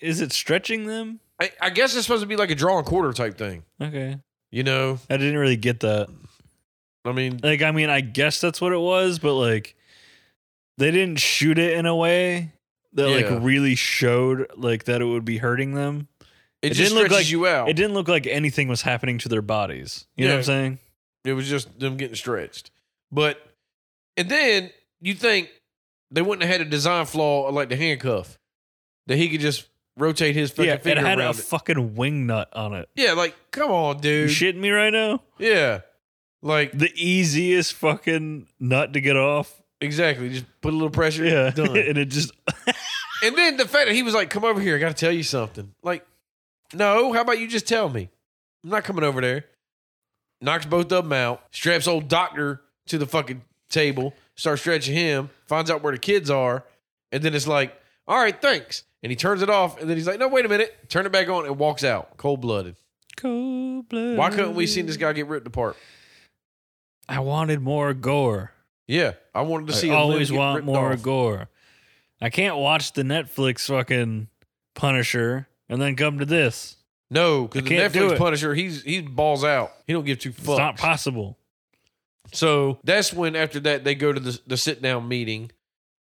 Speaker 3: Is it stretching them?
Speaker 2: I, I guess it's supposed to be like a draw and quarter type thing.
Speaker 3: Okay,
Speaker 2: You know?
Speaker 3: I didn't really get that.
Speaker 2: I mean
Speaker 3: Like, I mean, I guess that's what it was, but like, they didn't shoot it in a way that
Speaker 2: Yeah.
Speaker 3: like really showed like that it would be hurting them.
Speaker 2: it,
Speaker 3: It
Speaker 2: just
Speaker 3: didn't look
Speaker 2: stretches
Speaker 3: like-
Speaker 2: you out.
Speaker 3: It didn't look like anything was happening to their bodies. You
Speaker 2: Oh.
Speaker 3: know what
Speaker 2: Yeah.
Speaker 3: I'm saying?
Speaker 2: It was just them getting stretched. But and then you think they wouldn't have had a design flaw like the handcuff that he could just rotate his fucking
Speaker 3: Yeah, it
Speaker 2: finger
Speaker 3: had a
Speaker 2: around it.
Speaker 3: fucking wing nut on it.
Speaker 2: Yeah, like come on,
Speaker 3: You
Speaker 2: dude.
Speaker 3: shitting me right now?
Speaker 2: Yeah, like
Speaker 3: the easiest fucking nut to get off.
Speaker 2: exactly. Just put a little pressure.
Speaker 3: Yeah.
Speaker 2: done.
Speaker 3: and it just
Speaker 2: and then the fact that he was like, "Come over here, I got to tell you something." Like, no, how about you just tell me? I'm not coming over there. Knocks both of them out. Straps old doctor to the fucking table. Starts stretching him. Finds out where the kids are, and then it's like, "All right, thanks." And he turns it off, and then he's like, "No, wait a minute." Turn it back on and walks out, cold blooded.
Speaker 3: cold blood.
Speaker 2: Why couldn't we see this guy get ripped apart?
Speaker 3: I wanted more gore.
Speaker 2: Yeah, I wanted to see.
Speaker 3: I
Speaker 2: a limb
Speaker 3: always
Speaker 2: get
Speaker 3: want
Speaker 2: ripped
Speaker 3: more
Speaker 2: off.
Speaker 3: gore. I can't watch the Netflix fucking Punisher and then come to this.
Speaker 2: No, because
Speaker 3: I
Speaker 2: the
Speaker 3: can't do
Speaker 2: Netflix
Speaker 3: it.
Speaker 2: Punisher, he's he balls out. He don't give two
Speaker 3: It's
Speaker 2: fucks.
Speaker 3: not possible.
Speaker 2: So that's when after that they go to the, the sit down meeting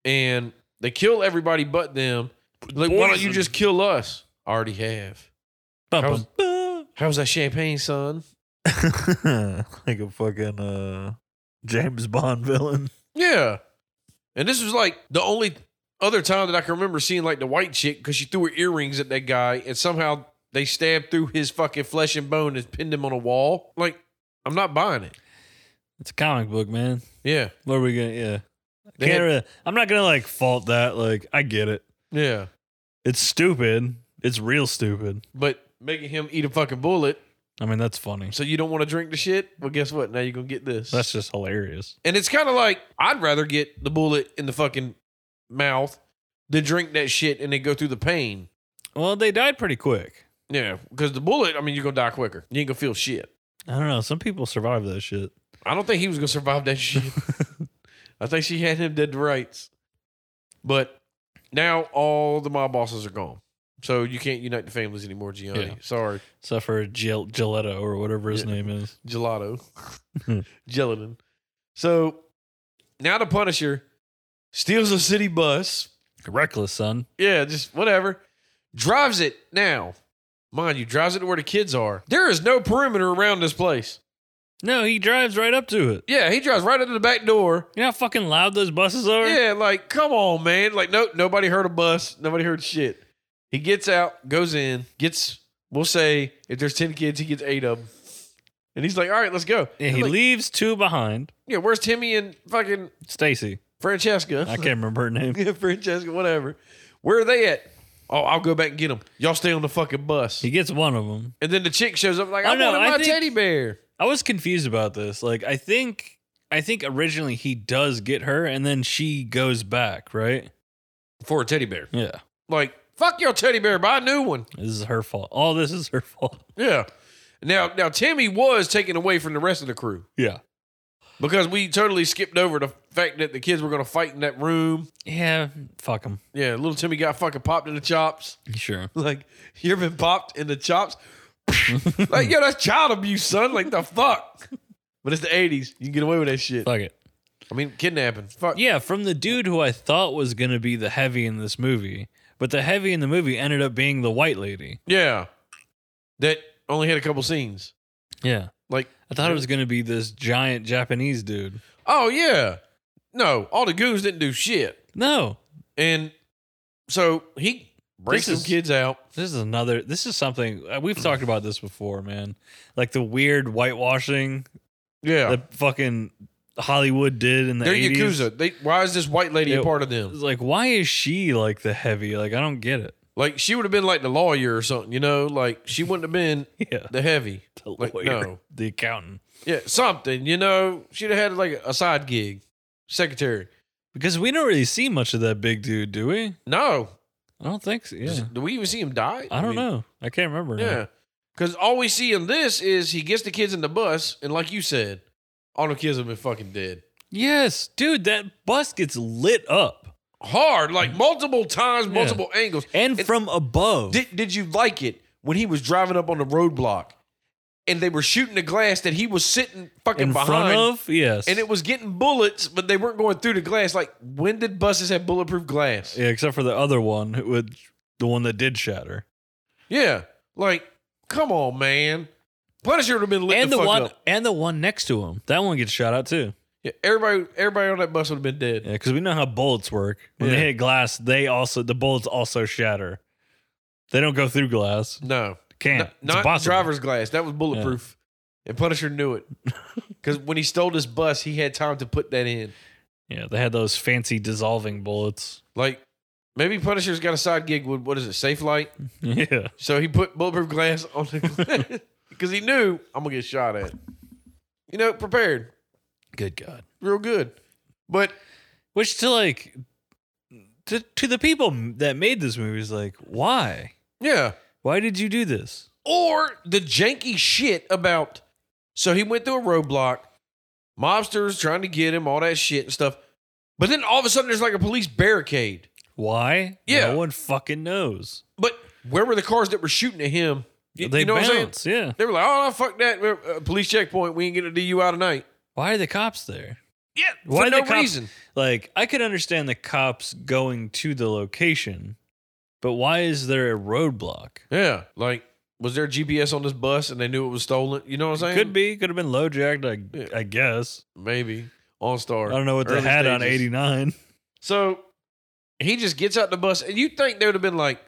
Speaker 2: and they kill everybody but them. Like, why don't you
Speaker 3: Poison.
Speaker 2: just kill us? Already have.
Speaker 3: Bum, bum,
Speaker 2: How's that champagne, son?
Speaker 3: bum. like a fucking uh, James Bond villain.
Speaker 2: Yeah. And this was like the only other time that I can remember seeing like the white chick because she threw her earrings at that guy and somehow they stabbed through his fucking flesh and bone and pinned him on a wall. Like, I'm not buying it.
Speaker 3: It's a comic book, man.
Speaker 2: Yeah.
Speaker 3: What are we gonna? Yeah,
Speaker 2: They
Speaker 3: can't
Speaker 2: had-
Speaker 3: really, I'm not gonna like fault that. Like, I get it.
Speaker 2: yeah.
Speaker 3: It's stupid. It's real stupid.
Speaker 2: But making him eat a fucking bullet
Speaker 3: I mean, that's funny.
Speaker 2: so you don't want to drink the shit? Well, guess what? Now you're going to get this.
Speaker 3: That's just hilarious.
Speaker 2: And it's kind of like I'd rather get the bullet in the fucking mouth than drink that shit and then go through the pain.
Speaker 3: Well, they died pretty quick.
Speaker 2: Yeah, because the bullet, I mean, you're gonna die quicker. You ain't gonna feel shit.
Speaker 3: I don't know. Some people survive that shit.
Speaker 2: I don't think he was gonna survive that shit. I think she had him dead to rights. But now all the mob bosses are gone, so you can't unite the families anymore, Gianni.
Speaker 3: Yeah.
Speaker 2: Sorry,
Speaker 3: Except for Gil- Giletto or whatever his
Speaker 2: Yeah.
Speaker 3: name is.
Speaker 2: gelato, gelatin. So now the Punisher steals a city bus
Speaker 3: Reckless, son.
Speaker 2: Yeah, just whatever. Drives it now. Mind you, drives it to where the kids are. There is no perimeter around this place.
Speaker 3: No, he drives right up to it.
Speaker 2: Yeah, he drives right into the back door.
Speaker 3: You know how fucking loud those buses are?
Speaker 2: Yeah, like come on, man. Like no, nobody heard a bus. Nobody heard shit. He gets out, goes in, gets. We'll say if there's ten kids, he gets eight of them. And he's like, "All right, let's go."
Speaker 3: And he
Speaker 2: Like,
Speaker 3: leaves two behind.
Speaker 2: yeah, where's Timmy and fucking
Speaker 3: Stacy.
Speaker 2: Francesca?
Speaker 3: I can't remember her name.
Speaker 2: Yeah, Francesca, whatever. Where are they at? Oh, I'll go back and get them. Y'all stay on the fucking bus.
Speaker 3: He gets one of them.
Speaker 2: and then the chick shows up like,
Speaker 3: Oh,
Speaker 2: "I
Speaker 3: no,
Speaker 2: wanted
Speaker 3: I
Speaker 2: my
Speaker 3: think-
Speaker 2: teddy bear."
Speaker 3: I was confused about this. Like, I think, I think originally he does get her, and then she goes back, right?
Speaker 2: For a teddy bear,
Speaker 3: Yeah,
Speaker 2: like fuck your teddy bear, buy a new one.
Speaker 3: this is her fault. All this is her fault.
Speaker 2: Yeah. Now, now Timmy was taken away from the rest of the crew
Speaker 3: Yeah,
Speaker 2: because we totally skipped over the fact that the kids were gonna fight in that room.
Speaker 3: yeah. Fuck him.
Speaker 2: Yeah, little Timmy got fucking popped in the chops.
Speaker 3: Sure.
Speaker 2: Like you've been popped in the chops. like yo, that's child abuse, son. Like the fuck. But it's the '80s. You can get away with that shit.
Speaker 3: Fuck it.
Speaker 2: I mean, kidnapping. Fuck.
Speaker 3: Yeah, from the dude who I thought was gonna be the heavy in this movie, but the heavy in the movie ended up being the white lady.
Speaker 2: Yeah. That only had a couple scenes.
Speaker 3: Yeah.
Speaker 2: Like,
Speaker 3: I thought it was gonna be this giant Japanese dude.
Speaker 2: oh yeah. No, all the goons didn't do shit.
Speaker 3: No,
Speaker 2: And so he breaks
Speaker 3: This
Speaker 2: some
Speaker 3: is-
Speaker 2: kids out.
Speaker 3: This is another. This is something uh, we've talked about this before, man. Like the weird whitewashing
Speaker 2: Yeah.
Speaker 3: that fucking Hollywood did in the
Speaker 2: They're
Speaker 3: 80s.
Speaker 2: Yakuza. They why is this white lady
Speaker 3: Yeah.
Speaker 2: a part of
Speaker 3: It's
Speaker 2: them?
Speaker 3: Like, why is she like the heavy? Like, I don't get it.
Speaker 2: Like she would have been like the lawyer or something, you know? Like she wouldn't have been
Speaker 3: Yeah,
Speaker 2: the heavy.
Speaker 3: the
Speaker 2: like,
Speaker 3: lawyer,
Speaker 2: no.
Speaker 3: the accountant.
Speaker 2: Yeah, something, you know. She'd have had like a side gig. Secretary.
Speaker 3: Because we don't really see much of that big dude, do we?
Speaker 2: No.
Speaker 3: I don't think so. Yeah,
Speaker 2: Do we even see him die?
Speaker 3: I don't
Speaker 2: mean,
Speaker 3: know. I can't remember. now.
Speaker 2: Yeah. Because all we see in this is he gets the kids in the bus, and like you said, all the kids have been fucking dead.
Speaker 3: Yes, dude, that bus gets lit up
Speaker 2: Hard, like multiple times,
Speaker 3: Yeah.
Speaker 2: multiple angles.
Speaker 3: and
Speaker 2: It-
Speaker 3: from above.
Speaker 2: Did, did you like it when he was driving up on the roadblock and they were shooting the glass that he was sitting fucking
Speaker 3: in
Speaker 2: behind?
Speaker 3: front of yes,
Speaker 2: and it was getting bullets, but they weren't going through the glass. Like, when did buses have bulletproof glass?
Speaker 3: yeah, except for the other one, who would the one that did shatter.
Speaker 2: Yeah. Like, come on, man. Punisher would have been lit
Speaker 3: and the,
Speaker 2: fuck
Speaker 3: one
Speaker 2: up.
Speaker 3: and the one next to him. That one gets shot out too.
Speaker 2: Yeah, everybody, everybody on that bus would have been dead.
Speaker 3: Yeah, because we know how bullets work. When
Speaker 2: Yeah.
Speaker 3: they hit glass, they also the bullets also shatter. They don't go through glass.
Speaker 2: No.
Speaker 3: Can't.
Speaker 2: N- not
Speaker 3: it's driver.
Speaker 2: driver's glass. That was bulletproof. And Punisher knew it. Because when he stole this bus, he had time to put that in.
Speaker 3: Yeah, they had those fancy dissolving bullets.
Speaker 2: Like, maybe Punisher's got a side gig with, what is it, Safe Light?
Speaker 3: Yeah.
Speaker 2: So he put bulletproof glass on the glass. Because he knew, I'm going to get shot at. You know, prepared.
Speaker 3: Good God.
Speaker 2: Real good. But,
Speaker 3: Which to like to to the people that made this movie is like, why?
Speaker 2: yeah.
Speaker 3: Why did you do this?
Speaker 2: Or the janky shit about, so he went through a roadblock, mobsters trying to get him, all that shit and stuff. But then all of a sudden, there's like a police barricade.
Speaker 3: Why?
Speaker 2: Yeah.
Speaker 3: No one fucking knows.
Speaker 2: But where were the cars that were shooting at him? You,
Speaker 3: they
Speaker 2: you know what I'm saying?
Speaker 3: bounce. Yeah.
Speaker 2: They were like, "Oh, no, fuck that! We're- uh, police checkpoint. We ain't getting a DUI tonight."
Speaker 3: Why are the cops there?
Speaker 2: Yeah,
Speaker 3: Why
Speaker 2: for
Speaker 3: did
Speaker 2: no
Speaker 3: the cops-
Speaker 2: reason.
Speaker 3: Like, I could understand the cops going to the location, but why is there a roadblock?
Speaker 2: Yeah, like was there GPS on this bus and they knew it was stolen? You know what I'm saying?
Speaker 3: Could be, could have been low jacked, I,
Speaker 2: Yeah.
Speaker 3: I guess.
Speaker 2: maybe on
Speaker 3: I
Speaker 2: star.
Speaker 3: don't know what they had on 89.
Speaker 2: So he just gets out the bus, and you think they would have been like,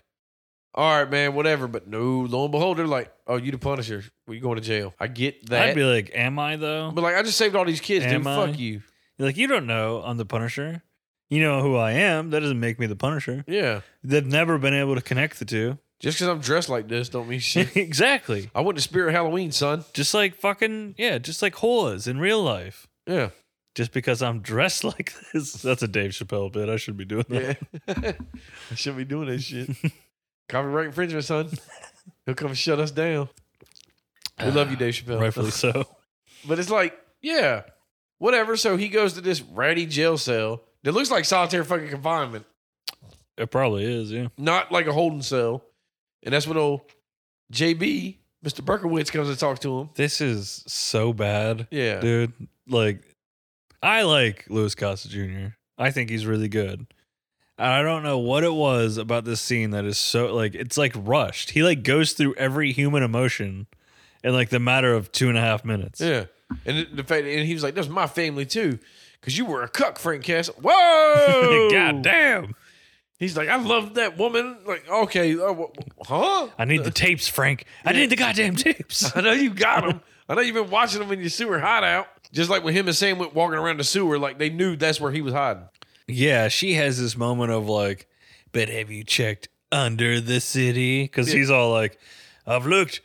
Speaker 2: "All right, man, whatever." But no, lo and behold, they're like, "Oh, you the Punisher. We going to jail." I get that,
Speaker 3: I'd be like, Am I though?
Speaker 2: but like, I just saved all these kids, dude.
Speaker 3: Am I?
Speaker 2: Fuck you.
Speaker 3: You're like, you don't know I'm the Punisher. You know who I am. That doesn't make me the Punisher.
Speaker 2: Yeah,
Speaker 3: They've never been able to connect the two.
Speaker 2: just because I'm dressed like this don't mean shit.
Speaker 3: exactly.
Speaker 2: I went to Spirit Halloween, son.
Speaker 3: Just like fucking, yeah, just like Hoas in real life.
Speaker 2: Yeah.
Speaker 3: Just because I'm dressed like this. That's a Dave Chappelle bit. I should be doing that.
Speaker 2: Yeah. I shouldn't be doing that shit. Copyright infringement, son. He'll come shut us down. We love you, Dave Chappelle.
Speaker 3: Rightfully so.
Speaker 2: But it's like, yeah, whatever. So he goes to this ratty jail cell that looks like solitary fucking confinement,
Speaker 3: It probably is, yeah.
Speaker 2: not like a holding cell. And that's when old JB, Mr. Berkowitz, comes and talks to him.
Speaker 3: This is so bad,
Speaker 2: Yeah.
Speaker 3: dude. Like, I like Louis Costa Jr. I think he's really good. And I don't know what it was about this scene that is so like it's like rushed. He like goes through every human emotion in like the matter of two and a half minutes.
Speaker 2: Yeah. And the- the fact, and he was like, "That's my family too," because you were a cuck, Frank Castle. Whoa,
Speaker 3: God damn.
Speaker 2: He's like, "I love that woman." Like, okay, uh, wh- wh- huh?
Speaker 3: I need the tapes, Frank. I need the goddamn tapes.
Speaker 2: I know you got them. I know you've been watching them in your sewer hideout. Just like when him and Sam went walking around the sewer, like they knew that's where he was hiding.
Speaker 3: yeah, she has this moment of like, but have you checked under the city? Because he's all like, I've looked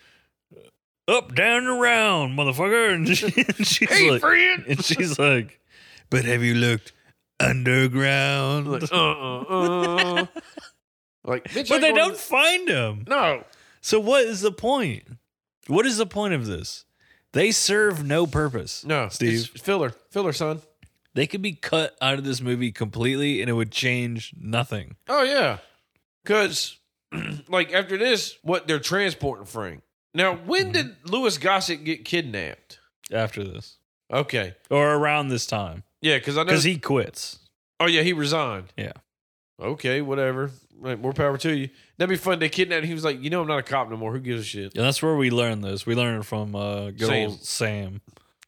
Speaker 3: up, down, and around, motherfucker. And, she, and she's
Speaker 2: Hey,
Speaker 3: like,
Speaker 2: friend.
Speaker 3: and she's like, but have you looked underground?
Speaker 2: Like, uh, uh, uh. like, bitch,
Speaker 3: but
Speaker 2: ain't
Speaker 3: they
Speaker 2: going-
Speaker 3: don't find him.
Speaker 2: No,
Speaker 3: So what is the point? What is the point of this? They serve no purpose.
Speaker 2: no,
Speaker 3: Steve.
Speaker 2: it's filler, filler, son.
Speaker 3: They could be cut out of this movie completely and it would change nothing.
Speaker 2: Oh yeah, because like after this, what they're transporting Frank. Now, when
Speaker 3: Mm-hmm.
Speaker 2: did Lewis Gossett get kidnapped?
Speaker 3: after this
Speaker 2: Okay,
Speaker 3: or around this time
Speaker 2: yeah, because I know.
Speaker 3: because he quits.
Speaker 2: oh yeah, he resigned.
Speaker 3: Yeah.
Speaker 2: Okay, whatever. Like, more power to you. That'd be fun. They kidnapped. him. He was like, you know, I'm not a cop no more. Who gives a shit?
Speaker 3: And that's where we learn this. We learn it from uh, good
Speaker 2: Sam.
Speaker 3: old Sam.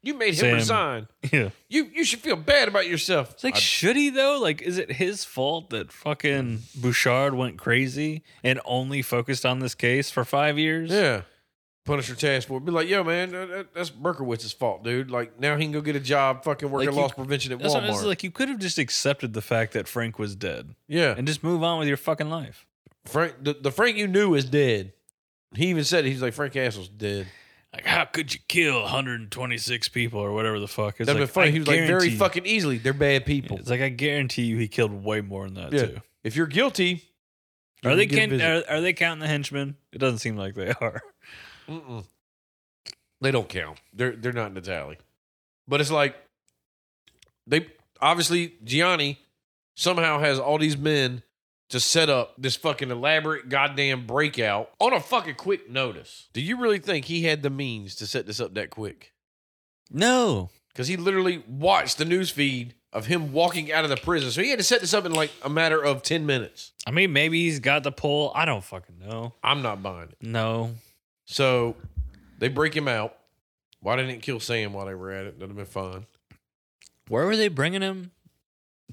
Speaker 2: You made him
Speaker 3: Sam.
Speaker 2: resign.
Speaker 3: Yeah.
Speaker 2: You you should feel bad about yourself.
Speaker 3: It's like,
Speaker 2: I-
Speaker 3: should he though? Like, is it his fault that fucking Bouchard went crazy and only focused on this case for five years?
Speaker 2: yeah. Punisher task force. Be like, yo, man, that, that- that's Berkowitz's fault, dude. Like now he can go get a job, fucking working
Speaker 3: Like, you-
Speaker 2: loss prevention at
Speaker 3: That's what it's
Speaker 2: Walmart.
Speaker 3: like. You could have just accepted the fact that Frank was dead
Speaker 2: yeah.
Speaker 3: and just move on with your fucking life.
Speaker 2: Frank, the, the Frank you knew is dead. He even said it. He's like Frank Castle's dead.
Speaker 3: Like, how could you kill 126 people or whatever the fuck? It's
Speaker 2: That'd
Speaker 3: like,
Speaker 2: been funny.
Speaker 3: I
Speaker 2: He was like very
Speaker 3: guarantee-
Speaker 2: fucking easily. They're bad people.
Speaker 3: It's like I guarantee you, he killed way more than that
Speaker 2: Yeah.
Speaker 3: too.
Speaker 2: If you're guilty, you
Speaker 3: Are they
Speaker 2: can
Speaker 3: can,
Speaker 2: get a
Speaker 3: are, are they counting the henchmen? It doesn't seem like they
Speaker 2: visit.
Speaker 3: are.
Speaker 2: Mm-mm. They don't count. They're they're not in the tally. But it's like they obviously Gianni somehow has all these men to set up this fucking elaborate goddamn breakout on a fucking quick notice. Do you really think he had the means to set this up that quick?
Speaker 3: No.
Speaker 2: because he literally watched the news feed of him walking out of the prison. So he had to set this up in like a matter of 10 minutes.
Speaker 3: I mean, maybe he's got the pull. I don't fucking know.
Speaker 2: I'm not buying it.
Speaker 3: No.
Speaker 2: So they break him out. Why didn't it kill Sam while they were at it? That'd have been fine.
Speaker 3: Where were they bringing him?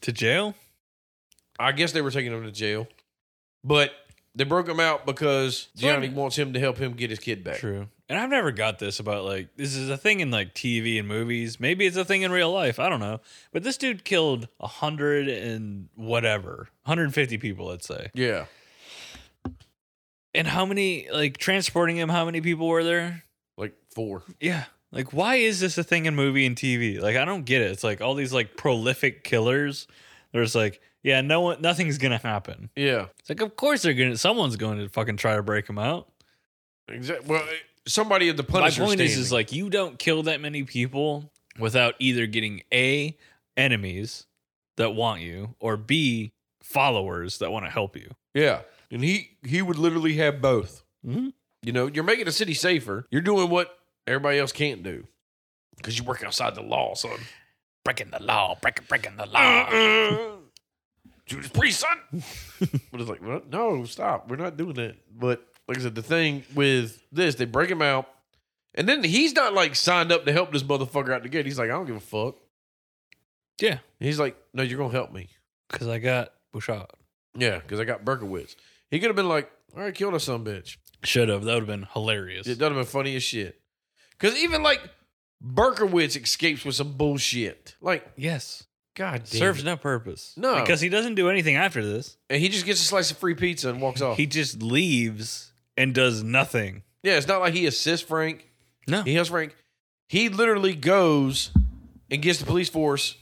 Speaker 3: To jail?
Speaker 2: I guess they were taking him to jail, but they broke him out because Gianni wants him to help him get his kid back.
Speaker 3: True. And I've never got this about like this is a thing in like TV and movies. Maybe it's a thing in real life. I don't know. But this dude killed a hundred and whatever, 150 people, let's say.
Speaker 2: Yeah.
Speaker 3: And how many like transporting him? How many people were there?
Speaker 2: Like four.
Speaker 3: Yeah. Like, why is this a thing in movie and TV? Like, I don't get it. It's like all these like prolific killers. There's like, yeah, no one, nothing's gonna happen.
Speaker 2: Yeah.
Speaker 3: It's like, of course they're gonna, someone's going to fucking try to break them out.
Speaker 2: Exactly. Well, it- somebody at the
Speaker 3: My
Speaker 2: Punisher
Speaker 3: point is,
Speaker 2: standing.
Speaker 3: is like, you don't kill that many people without either getting a enemies that want you or b followers that want to help you.
Speaker 2: yeah. And he he would literally have both.
Speaker 3: Mm-hmm.
Speaker 2: You know, you're making the city safer. You're doing what everybody else can't do because you work outside the law, son.
Speaker 3: Breaking the law, breaking breaking the
Speaker 2: Uh-uh. Judas Priest, son. but it's like, well, no, stop. We're not doing that. But like I said, the thing with this, they break him out, and then he's not like signed up to help this motherfucker out the gate. He's like, I don't give a fuck.
Speaker 3: Yeah,
Speaker 2: He's like, no, you're gonna help me.
Speaker 3: because I got Bouchard.
Speaker 2: Yeah, because I got Berkowitz. He could have been like, all right, kill us, some bitch.
Speaker 3: Should have. That would have been hilarious.
Speaker 2: It doesn't been funny as shit. Cause even like Berkowitz escapes with some bullshit. Like,
Speaker 3: yes.
Speaker 2: god damn.
Speaker 3: serves
Speaker 2: it.
Speaker 3: no purpose.
Speaker 2: No.
Speaker 3: because he doesn't do anything after this.
Speaker 2: And he just gets a slice of free pizza and walks off.
Speaker 3: He just leaves and does nothing.
Speaker 2: yeah, it's not like he assists Frank.
Speaker 3: No,
Speaker 2: He helps Frank. He literally goes and gets the police force,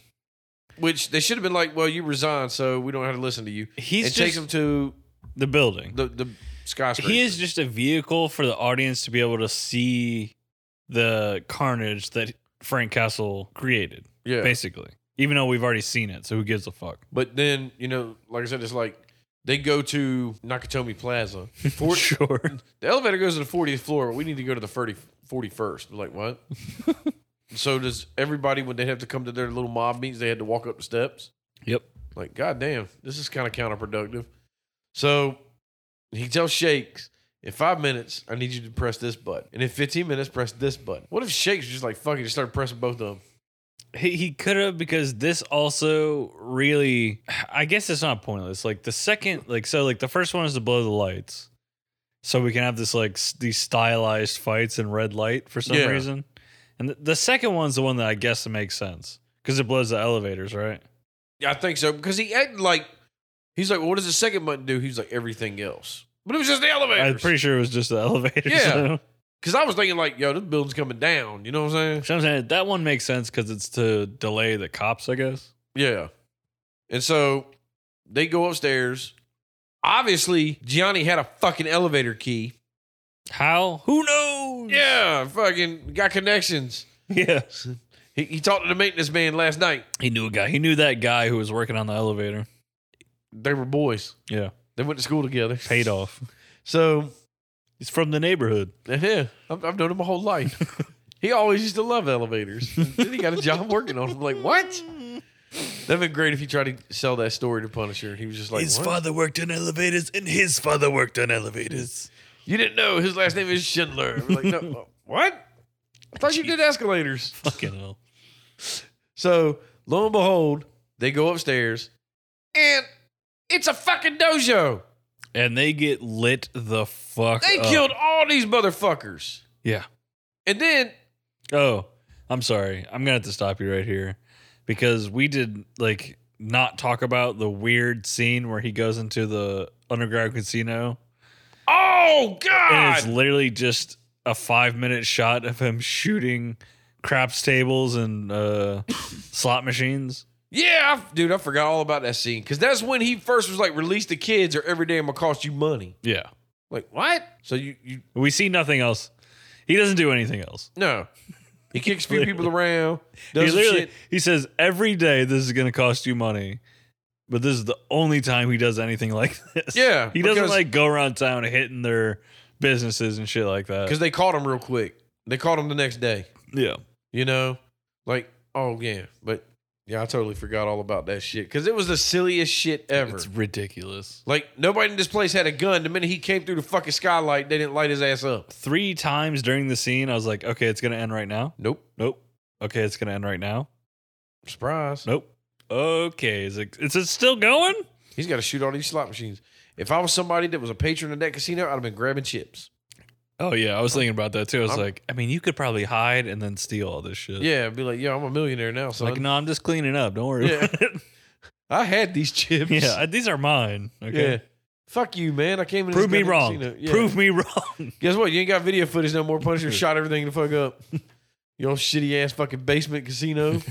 Speaker 2: which they should have been like, well, you resign, so we don't have to listen to you.
Speaker 3: he's
Speaker 2: and
Speaker 3: just
Speaker 2: takes him to
Speaker 3: the building.
Speaker 2: the, the skyscraper.
Speaker 3: he is just a vehicle for the audience to be able to see the carnage that Frank Castle created,
Speaker 2: yeah.
Speaker 3: basically. Even though we've already seen it, so who gives a fuck?
Speaker 2: But then, you know, like I said, it's like they go to Nakatomi Plaza.
Speaker 3: For sure.
Speaker 2: The elevator goes to the 40th floor, but we need to go to the 30, 41st. We're like, what? so does everybody, when they have to come to their little mob meetings, they had to walk up the steps?
Speaker 3: Yep.
Speaker 2: Like, goddamn, this is kind of counterproductive. So he tells Shakes, in five minutes, I need you to press this button. And in 15 minutes, press this button. What if Shakes just like, fuck it, just start pressing both of them?
Speaker 3: He, he could have because this also really I guess it's not pointless. Like the second like so like the first one is to blow the lights. So we can have this like s- these stylized fights in red light for some
Speaker 2: Yeah.
Speaker 3: reason. And the, the second one's the one that I guess makes sense cuz it blows the elevators, right?
Speaker 2: Yeah, I think so. Because he acted like, he's like, well, what does the second button do? He's like, everything else. But it was just the
Speaker 3: I'm
Speaker 2: elevators.
Speaker 3: pretty sure it was just the elevators.
Speaker 2: Yeah.
Speaker 3: though.
Speaker 2: Because I was thinking, like, yo, this building's coming down. You know what I'm saying?
Speaker 3: So I'm saying that one makes sense cuz it's to delay the cops, I guess.
Speaker 2: Yeah. And so they go upstairs. Obviously, Gianni had a fucking elevator key.
Speaker 3: How? Who knows?
Speaker 2: Yeah, fucking got connections.
Speaker 3: Yeah.
Speaker 2: He, he talked to the maintenance man last night.
Speaker 3: He knew a guy. He knew that guy who was working on the elevator.
Speaker 2: They were boys.
Speaker 3: Yeah.
Speaker 2: They went to school together.
Speaker 3: Paid off.
Speaker 2: So,
Speaker 3: He's from the neighborhood.
Speaker 2: yeah, I've, I've known him my whole life. he always used to love elevators. then he got a job working on them. Like, what? That'd been great if he tried to sell that story to Punisher. And he was just like, what?
Speaker 3: worked on elevators, and his father worked on elevators.
Speaker 2: You didn't know his last name is Schindler. I'm like, no, what? I thought you did escalators.
Speaker 3: Fucking hell.
Speaker 2: So lo and behold, they go upstairs, and it's a fucking dojo.
Speaker 3: And they get lit the fuck.
Speaker 2: They
Speaker 3: up.
Speaker 2: killed all these motherfuckers,
Speaker 3: Yeah.
Speaker 2: and then
Speaker 3: Oh, I'm sorry. I'm gonna have to stop you right here because we did like not talk about the weird scene where he goes into the underground casino
Speaker 2: oh
Speaker 3: and it's
Speaker 2: god,
Speaker 3: literally just a five minute shot of him shooting craps tables and uh, slot machines.
Speaker 2: yeah, I, dude, I forgot all about that scene because that's when he first was like, "Release the kids, or every day I'm gonna cost you money."
Speaker 3: Yeah.
Speaker 2: Like what? So you you
Speaker 3: We see nothing else. He doesn't do anything else.
Speaker 2: no, he kicks a few people around,
Speaker 3: He
Speaker 2: does some
Speaker 3: literally
Speaker 2: shit.
Speaker 3: he says every day this is going to cost you money, but this is the only time he does anything like this.
Speaker 2: Yeah,
Speaker 3: he doesn't
Speaker 2: because-
Speaker 3: like go around town hitting their businesses and shit like that.
Speaker 2: because they caught him real quick. They caught him the next day.
Speaker 3: Yeah,
Speaker 2: You know, like oh yeah, but yeah, I totally forgot all about that shit because it was the silliest shit ever.
Speaker 3: it's ridiculous.
Speaker 2: like nobody in this place had a gun. The minute he came through the fucking skylight, they didn't light his ass up.
Speaker 3: Three times during the scene, I was like, okay, it's going to end right now.
Speaker 2: Nope,
Speaker 3: Nope. Okay, it's going to end right now.
Speaker 2: surprise.
Speaker 3: Nope. Okay, is it, is it still going?
Speaker 2: He's got to shoot all these slot machines. If I was somebody that was a patron of that casino, I'd have been grabbing chips.
Speaker 3: Oh yeah, I was thinking about that too. I was
Speaker 2: I'm-
Speaker 3: like, I mean, you could probably hide and then steal all this shit.
Speaker 2: Yeah, I'd be like, yo, I'm a millionaire now, son.
Speaker 3: Like, no, I'm just cleaning up. Don't worry.
Speaker 2: Yeah.
Speaker 3: about it.
Speaker 2: I had these chips.
Speaker 3: yeah. I- These are mine. Okay.
Speaker 2: yeah. Fuck you, man. I came in. this
Speaker 3: Prove me
Speaker 2: goddamn
Speaker 3: wrong.
Speaker 2: casino. Yeah.
Speaker 3: Prove me wrong.
Speaker 2: Guess what? You ain't got video footage no more. Punisher shot everything the fuck up. Your shitty ass fucking basement casino.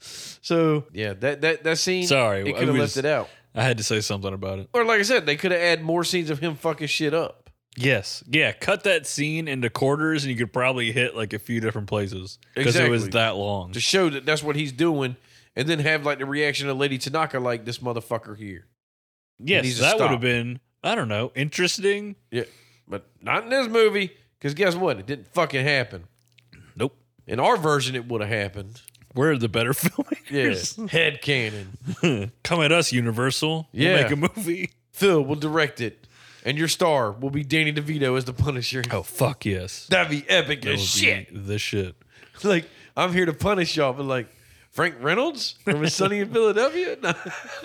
Speaker 2: so yeah, that that that scene.
Speaker 3: Sorry,
Speaker 2: it
Speaker 3: I
Speaker 2: could have left
Speaker 3: was-
Speaker 2: it out.
Speaker 3: I had to say something about it.
Speaker 2: Or like I said, they could have added more scenes of him fucking shit up.
Speaker 3: Yes. Yeah. Cut that scene into quarters, and you could probably hit like a few different places because it was
Speaker 2: Exactly.
Speaker 3: that long.
Speaker 2: to show that that's what he's doing, and then have like the reaction of Lady Tanaka, like this motherfucker here. needs
Speaker 3: yes,
Speaker 2: to
Speaker 3: that would
Speaker 2: stop.
Speaker 3: have been I don't know interesting.
Speaker 2: Yeah, but not in this movie, because guess what? It didn't fucking happen.
Speaker 3: Nope.
Speaker 2: In our version, it would have happened.
Speaker 3: We're the better filmmakers.
Speaker 2: Yeah, head cannon.
Speaker 3: Come at us, Universal. We'll
Speaker 2: Yeah.
Speaker 3: make a movie.
Speaker 2: Phil will direct it, and your star will be Danny DeVito as the Punisher.
Speaker 3: Oh fuck yes.
Speaker 2: That'd be epic as
Speaker 3: That would be
Speaker 2: shit.
Speaker 3: The shit.
Speaker 2: Like I'm here to punish y'all, but like Frank Reynolds from His Sunny in Philadelphia. No.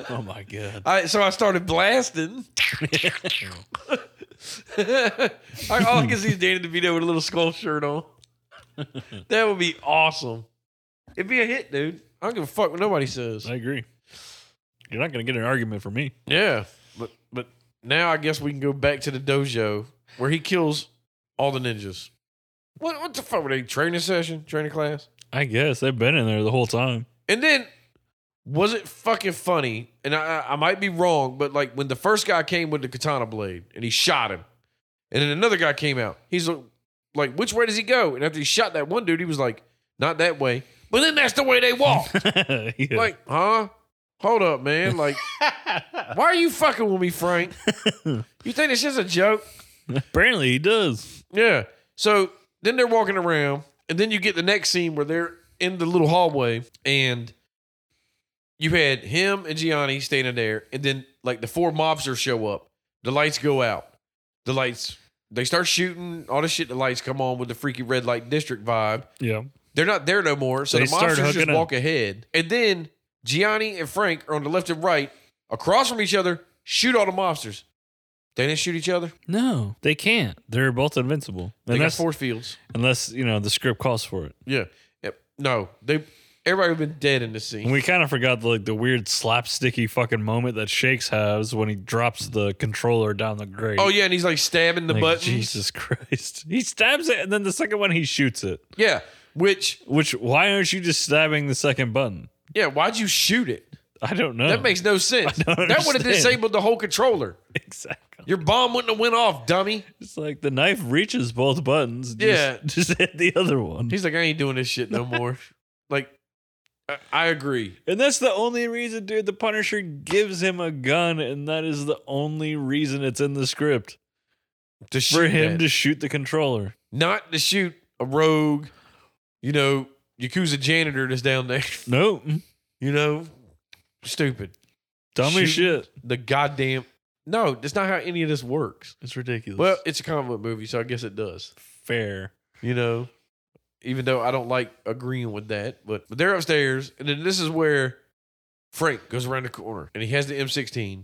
Speaker 3: Oh my god.
Speaker 2: I, so I started blasting. I, all I can see is Danny DeVito with a little skull shirt on. That would be awesome. It'd be a hit, dude. I don't give a fuck what nobody says.
Speaker 3: I agree. You're not going to get an argument from me.
Speaker 2: Yeah, but but now I guess we can go back to the dojo where he kills all the ninjas. What what the fuck were they training session, training class?
Speaker 3: I guess they've been in there the whole time.
Speaker 2: And then was it fucking funny? And I I I might be wrong, but like when the first guy came with the katana blade and he shot him, and then another guy came out. He's like- like, which way does he go? And after he shot that one dude, he was like, not that way. But then that's the way they walk.
Speaker 3: Yeah.
Speaker 2: like, huh? Hold up, man. Like, why are you fucking with me, Frank? You think this is a joke?
Speaker 3: apparently he does.
Speaker 2: Yeah. So then they're walking around, and then you get the next scene where they're in the little hallway, and you had him and Gianni standing there, and then like the four mobsters show up, the lights go out, The lights, they start shooting, all this shit. The lights come on with the freaky red light district vibe.
Speaker 3: Yeah.
Speaker 2: They're not there no more, so
Speaker 3: They
Speaker 2: the
Speaker 3: start
Speaker 2: monsters just
Speaker 3: hooking up.
Speaker 2: walk ahead. And then Gianni and Frank are on the left and right, across from each other, shoot all the monsters. They didn't shoot each other.
Speaker 3: No, they can't. They're both invincible.
Speaker 2: They got
Speaker 3: Unless,
Speaker 2: force fields.
Speaker 3: unless you know the script calls for it.
Speaker 2: Yeah. Yep. Eh, No, they. Everybody would've been dead in this scene.
Speaker 3: And we kind of forgot the, like the weird slapsticky fucking moment that Shakes has when he drops the controller down the grate.
Speaker 2: oh yeah, and he's like stabbing the
Speaker 3: Like,
Speaker 2: buttons.
Speaker 3: Jesus Christ! He stabs it, and then the second one he shoots it.
Speaker 2: Yeah. Which
Speaker 3: Which why aren't you just stabbing the second button?
Speaker 2: yeah, why'd you shoot it?
Speaker 3: I don't know.
Speaker 2: That makes no sense.
Speaker 3: I don't
Speaker 2: That would have
Speaker 3: understand.
Speaker 2: disabled the whole controller.
Speaker 3: exactly.
Speaker 2: Your bomb wouldn't have went off, dummy.
Speaker 3: It's like the knife reaches both buttons. Just,
Speaker 2: Yeah.
Speaker 3: just hit the other one.
Speaker 2: He's like, I ain't doing this shit no more. like, I, I agree.
Speaker 3: And that's the only reason, dude. The Punisher gives him a gun, and that is the only reason it's in the script
Speaker 2: To
Speaker 3: for
Speaker 2: shoot
Speaker 3: him
Speaker 2: that.
Speaker 3: to shoot the controller.
Speaker 2: not to shoot a rogue, you know, Yakuza janitor that's down there.
Speaker 3: Nope,
Speaker 2: You know, stupid.
Speaker 3: dummy
Speaker 2: Shoot
Speaker 3: shit.
Speaker 2: The goddamn. No, that's not how any of this works.
Speaker 3: It's ridiculous.
Speaker 2: Well, it's a comic book movie, so I guess it does.
Speaker 3: fair.
Speaker 2: you know, even though I don't like agreeing with that, but, but they're upstairs, and then this is where Frank goes around the corner and he has the M16,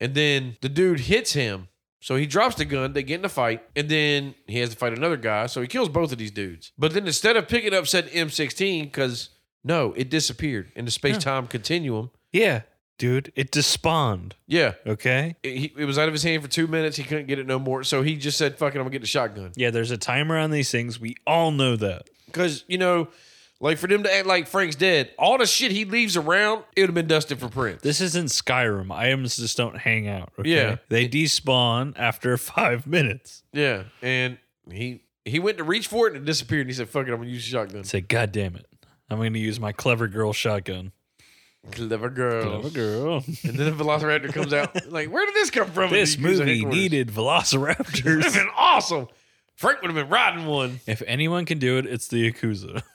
Speaker 2: and then the dude hits him, so he drops the gun. They get in a fight, and then he has to fight another guy, so he kills both of these dudes. But then instead of picking up said M16, because no, it disappeared in the space time continuum.
Speaker 3: Yeah, dude. It despawned.
Speaker 2: Yeah,
Speaker 3: Okay.
Speaker 2: it, he- it was out of his hand for two minutes. He couldn't get it no more, so he just said, "Fuck it, I'm gonna get the shotgun."
Speaker 3: Yeah, there's a timer on these things. We all know that.
Speaker 2: Because, you know, like for them to act like Frank's dead, all the shit he leaves around, it would have been dusted for prints.
Speaker 3: This isn't Skyrim. Items just don't hang out. Okay?
Speaker 2: Yeah.
Speaker 3: They despawn after five minutes.
Speaker 2: yeah. And he he went to reach for it and it disappeared. And he said, fuck it, I'm going to use the shotgun.
Speaker 3: Say, God damn it. I'm going to use my clever girl shotgun.
Speaker 2: Clever girl.
Speaker 3: Clever girl.
Speaker 2: And then the Velociraptor comes out. Like, where did this come from?
Speaker 3: this
Speaker 2: At the user
Speaker 3: movie
Speaker 2: headquarters?
Speaker 3: needed
Speaker 2: Would have
Speaker 3: velociraptors.
Speaker 2: been awesome. Frank would have been riding one.
Speaker 3: if anyone can do it, it's the Yakuza.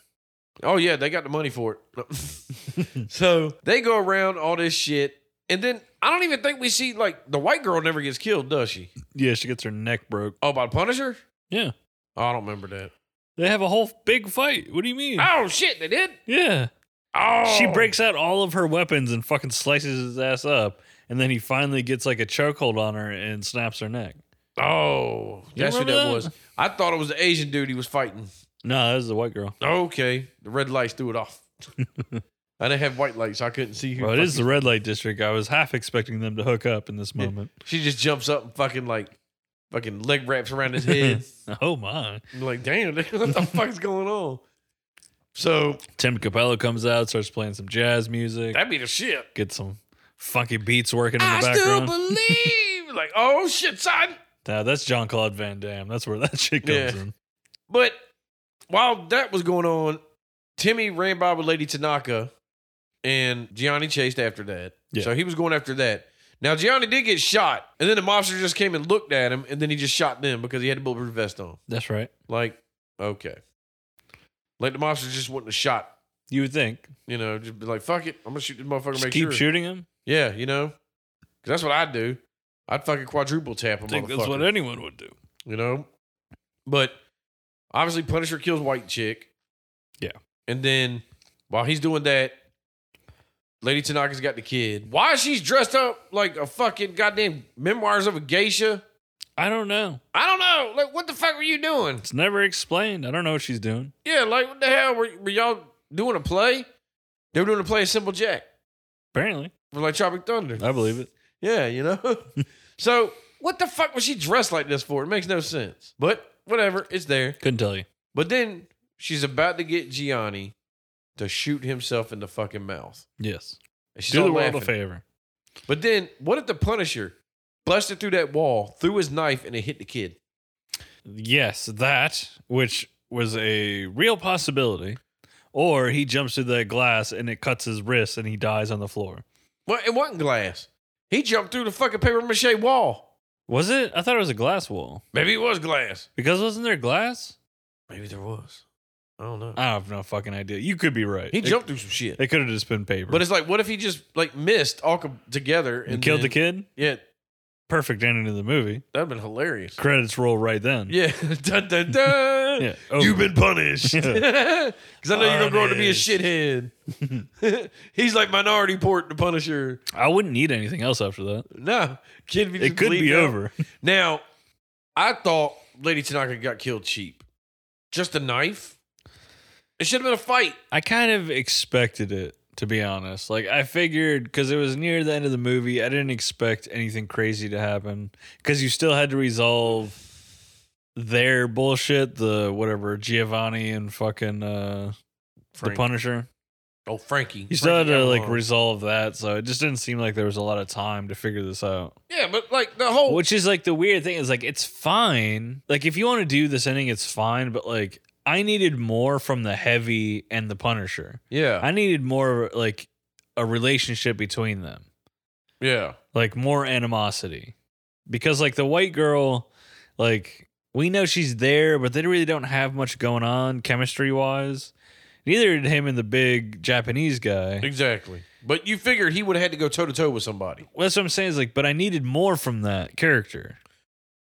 Speaker 2: Oh, yeah, they got the money for it. so they go around all this shit. And then I don't even think we see, like, the white girl never gets killed, does she?
Speaker 3: yeah, she gets her neck broke.
Speaker 2: Oh, by the Punisher?
Speaker 3: Yeah.
Speaker 2: Oh, I don't remember that.
Speaker 3: They have a whole big fight. What do you mean?
Speaker 2: Oh, shit, they did?
Speaker 3: Yeah.
Speaker 2: Oh,
Speaker 3: She breaks out all of her weapons and fucking slices his ass up. And then he finally gets like a chokehold on her and snaps her neck.
Speaker 2: Oh,
Speaker 3: You
Speaker 2: that's who that,
Speaker 3: remember that?
Speaker 2: was. I thought it was the Asian dude he was fighting.
Speaker 3: No, that was the white girl.
Speaker 2: Okay, the red lights threw it off. I didn't have white lights, so I couldn't see who.
Speaker 3: Well, it is the
Speaker 2: fucking-
Speaker 3: red light district. I was half expecting them to hook up in this moment.
Speaker 2: She just jumps up and fucking like, fucking leg wraps around his head.
Speaker 3: Oh my!
Speaker 2: I'm like, damn, what the fuck's going on? So
Speaker 3: Tim Capello comes out, starts playing some jazz music,
Speaker 2: that'd be the shit.
Speaker 3: get some funky beats working in the
Speaker 2: I still
Speaker 3: background.
Speaker 2: believe. like, oh shit, son.
Speaker 3: now that's John Claude Van Damme. That's where that shit
Speaker 2: Yeah.
Speaker 3: comes in.
Speaker 2: But while that was going on, Timmy ran by with Lady Tanaka and Gianni chased after that.
Speaker 3: Yeah.
Speaker 2: So he was going after that. Now Gianni did get shot, and then the monster just came and looked at him, and then he just shot them because he had a bulletproof vest on.
Speaker 3: That's right.
Speaker 2: Like, okay. Like the monster just wouldn't have shot.
Speaker 3: You would think.
Speaker 2: You know, just be like, fuck it. I'm gonna shoot this motherfucker,
Speaker 3: Just
Speaker 2: make
Speaker 3: keep
Speaker 2: sure.
Speaker 3: shooting him.
Speaker 2: Yeah, you know? Cause that's what I'd do. I'd fucking quadruple tap him.
Speaker 3: I think that's what anyone would do.
Speaker 2: you know. But obviously, Punisher kills White Chick.
Speaker 3: Yeah.
Speaker 2: and then while he's doing that, Lady Tanaka's got the kid. Why she's dressed up like a fucking goddamn memoirs of a geisha?
Speaker 3: I don't know.
Speaker 2: I don't know. Like, what the fuck were you doing?
Speaker 3: It's never explained. I don't know what she's doing.
Speaker 2: Yeah, like what the hell were, were y'all doing a play? They were doing a play of Simple Jack
Speaker 3: Apparently,
Speaker 2: for like Tropic Thunder.
Speaker 3: I believe it.
Speaker 2: Yeah, you know. so what the fuck was she dressed like this for? It makes no sense. But whatever, it's there.
Speaker 3: Couldn't tell you.
Speaker 2: But then she's about to get Gianni to shoot himself in the fucking mouth.
Speaker 3: Yes.
Speaker 2: And she's
Speaker 3: do
Speaker 2: all
Speaker 3: the world
Speaker 2: laughing.
Speaker 3: a favor.
Speaker 2: But then what if the Punisher busted through that wall, threw his knife, and it hit the kid?
Speaker 3: Yes, that which was a real possibility. Or he jumps through that glass and it cuts his wrist and he dies on the floor.
Speaker 2: Well, it wasn't glass. He jumped through the fucking paper mache wall.
Speaker 3: Was it? I thought it was a glass wall.
Speaker 2: Maybe it was glass.
Speaker 3: Because wasn't there glass?
Speaker 2: Maybe there was. I don't know.
Speaker 3: I have no fucking idea. You could be right.
Speaker 2: He
Speaker 3: It-
Speaker 2: jumped through some shit.
Speaker 3: It could have just been paper.
Speaker 2: But it's like, what if he just like missed all com- together and
Speaker 3: and killed the
Speaker 2: then-
Speaker 3: kid.
Speaker 2: Yeah,
Speaker 3: perfect ending to the movie.
Speaker 2: That'd been hilarious.
Speaker 3: Credits roll right then.
Speaker 2: Yeah. dun, dun, dun.
Speaker 3: Yeah. Over.
Speaker 2: You've been punished. Because I know you're going to grow up to be a
Speaker 3: Punished.
Speaker 2: shithead. He's like Minority Port, the Punisher.
Speaker 3: I wouldn't need anything else after that.
Speaker 2: No. Kid, if you
Speaker 3: It
Speaker 2: just
Speaker 3: could
Speaker 2: leave
Speaker 3: be
Speaker 2: now-
Speaker 3: over.
Speaker 2: Now, I thought Lady Tanaka got killed cheap. Just a knife? It should have been a fight.
Speaker 3: I kind of expected it, to be honest. Like, I figured because it was near the end of the movie, I didn't expect anything crazy to happen because you still had to resolve their bullshit, the whatever, Giovanni and fucking uh, the
Speaker 2: Frank.
Speaker 3: Punisher.
Speaker 2: Oh, Frankie.
Speaker 3: You still had
Speaker 2: Frankie
Speaker 3: to
Speaker 2: got
Speaker 3: like
Speaker 2: along.
Speaker 3: resolve that. So it just didn't seem like there was a lot of time to figure this out.
Speaker 2: yeah, but like the whole.
Speaker 3: Which is like the weird thing is like, it's fine. Like, if you want to do this ending, it's fine. But like, I needed more from the Heavy and the Punisher.
Speaker 2: yeah.
Speaker 3: I needed more like a relationship between them,
Speaker 2: yeah.
Speaker 3: like more animosity. Because like the white girl, like we know she's there, but they really don't have much going on chemistry wise. Neither did him and the big Japanese guy.
Speaker 2: Exactly. But you figured he would have had to go toe to toe with somebody.
Speaker 3: Well, That's what I'm saying is like, but I needed more from that character.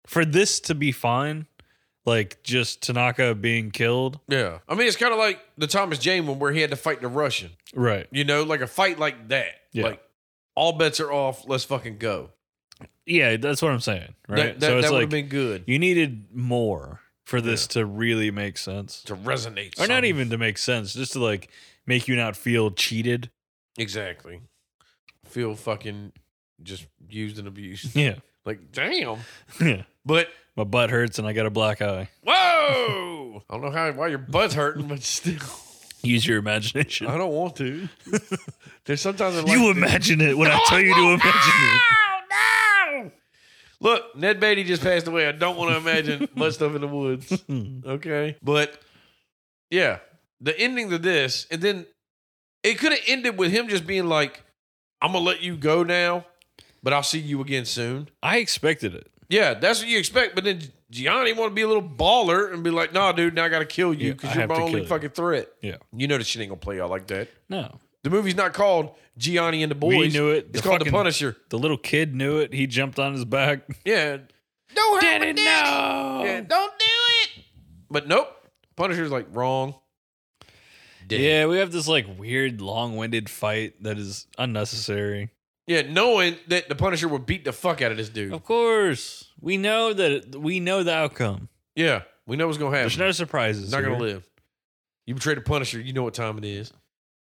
Speaker 3: For this to be fine, like just Tanaka being killed.
Speaker 2: Yeah. I mean, it's kind of like the Thomas Jane one where he had to fight the Russian.
Speaker 3: Right.
Speaker 2: You know, like a fight like that.
Speaker 3: Yeah.
Speaker 2: Like all bets are off. Let's fucking go.
Speaker 3: Yeah, that's what I'm saying.
Speaker 2: That,
Speaker 3: Right.
Speaker 2: that,
Speaker 3: so it's
Speaker 2: that would
Speaker 3: like
Speaker 2: have been good
Speaker 3: you needed more for this to really make sense.
Speaker 2: to resonate.
Speaker 3: or not
Speaker 2: some.
Speaker 3: even to make sense, just to like make you not feel cheated.
Speaker 2: Exactly. Feel fucking just used and abused.
Speaker 3: Yeah.
Speaker 2: like, damn.
Speaker 3: Yeah.
Speaker 2: But
Speaker 3: My butt hurts and I got a black eye.
Speaker 2: whoa! I don't know how why your butt's hurting, but still,
Speaker 3: Use your imagination.
Speaker 2: I don't want to. There's sometimes I like to-
Speaker 3: you imagine it when I tell you to imagine
Speaker 2: Look, Ned Beatty just passed away. I don't want to imagine much stuff in the woods.
Speaker 3: it.
Speaker 2: Okay. But yeah, the ending to this, and then it could have ended with him just being like, I'm going to let you go now, but I'll see you again soon.
Speaker 3: I expected it.
Speaker 2: Yeah, that's what you expect. But then Gianni want to be a little baller and be like, nah, dude, now I got to kill you
Speaker 3: Yeah,
Speaker 2: because
Speaker 3: I
Speaker 2: you're
Speaker 3: have
Speaker 2: my
Speaker 3: to
Speaker 2: only
Speaker 3: kill you."
Speaker 2: fucking threat.
Speaker 3: Yeah.
Speaker 2: You know the shit ain't going to play out like that.
Speaker 3: No.
Speaker 2: The movie's not called Gianni and the Boys.
Speaker 3: We knew it.
Speaker 2: It's
Speaker 3: The
Speaker 2: called The
Speaker 3: fucking-
Speaker 2: Punisher.
Speaker 3: The little kid knew it. He jumped on his back.
Speaker 2: Yeah. No,
Speaker 3: Didn't know.
Speaker 2: Yeah, don't do it. But nope. Punisher's like wrong. Dead.
Speaker 3: Yeah, we have this like weird long winded fight that is unnecessary.
Speaker 2: Yeah, knowing that the Punisher would beat the fuck out of this dude.
Speaker 3: Of course. We know that we know the outcome.
Speaker 2: Yeah. We know what's gonna happen.
Speaker 3: There's no surprises.
Speaker 2: not gonna
Speaker 3: here.
Speaker 2: live. You betrayed the Punisher, you know what time it is.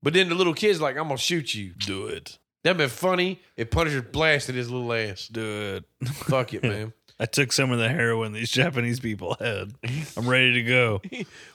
Speaker 2: But then the little kid's like, I'm gonna shoot you.
Speaker 3: Do it.
Speaker 2: That'd been funny if Punisher blasted his little ass.
Speaker 3: Do it.
Speaker 2: Fuck it, man.
Speaker 3: I took some of the heroin these Japanese people had. I'm ready to go.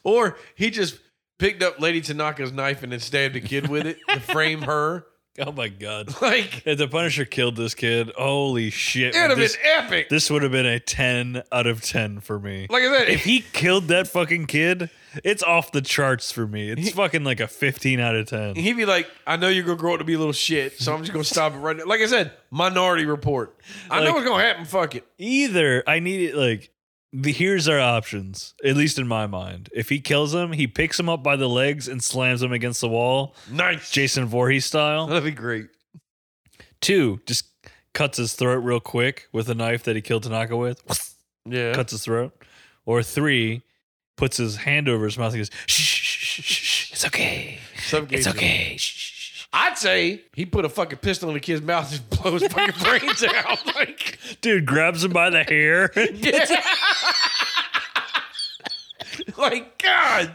Speaker 2: Or he just picked up Lady Tanaka's knife and then stabbed the kid with it to frame her.
Speaker 3: Oh my god.
Speaker 2: Like,
Speaker 3: If the Punisher killed this kid, holy shit.
Speaker 2: it would have been
Speaker 3: this,
Speaker 2: epic.
Speaker 3: this would have been a 10 out of 10 for me.
Speaker 2: Like I said,
Speaker 3: If he killed that fucking kid, it's off the charts for me. It's fucking like a 15 out of 10.
Speaker 2: he'd be like, I know you're gonna grow up to be a little shit, so I'm just gonna stop it right now. Like I said, minority report. I know
Speaker 3: Like-
Speaker 2: what's gonna happen, fuck it.
Speaker 3: Either I need it like the here's our options, at least in my mind. If he kills him, he picks him up by the legs and slams him against the wall,
Speaker 2: Nice.
Speaker 3: Jason Voorhees style.
Speaker 2: That'd be great.
Speaker 3: Two, just cuts his throat real quick with a knife that he killed Tanaka with,
Speaker 2: Yeah.
Speaker 3: cuts his throat. Or three, puts his hand over his mouth and goes, shh, shh, shh, shh, shh, it's okay. It's okay. Shh, shh, shh."
Speaker 2: I'd say he put a fucking pistol in the kid's mouth and blows his fucking brains out. Like,
Speaker 3: Dude grabs him by the hair.
Speaker 2: yeah. like, God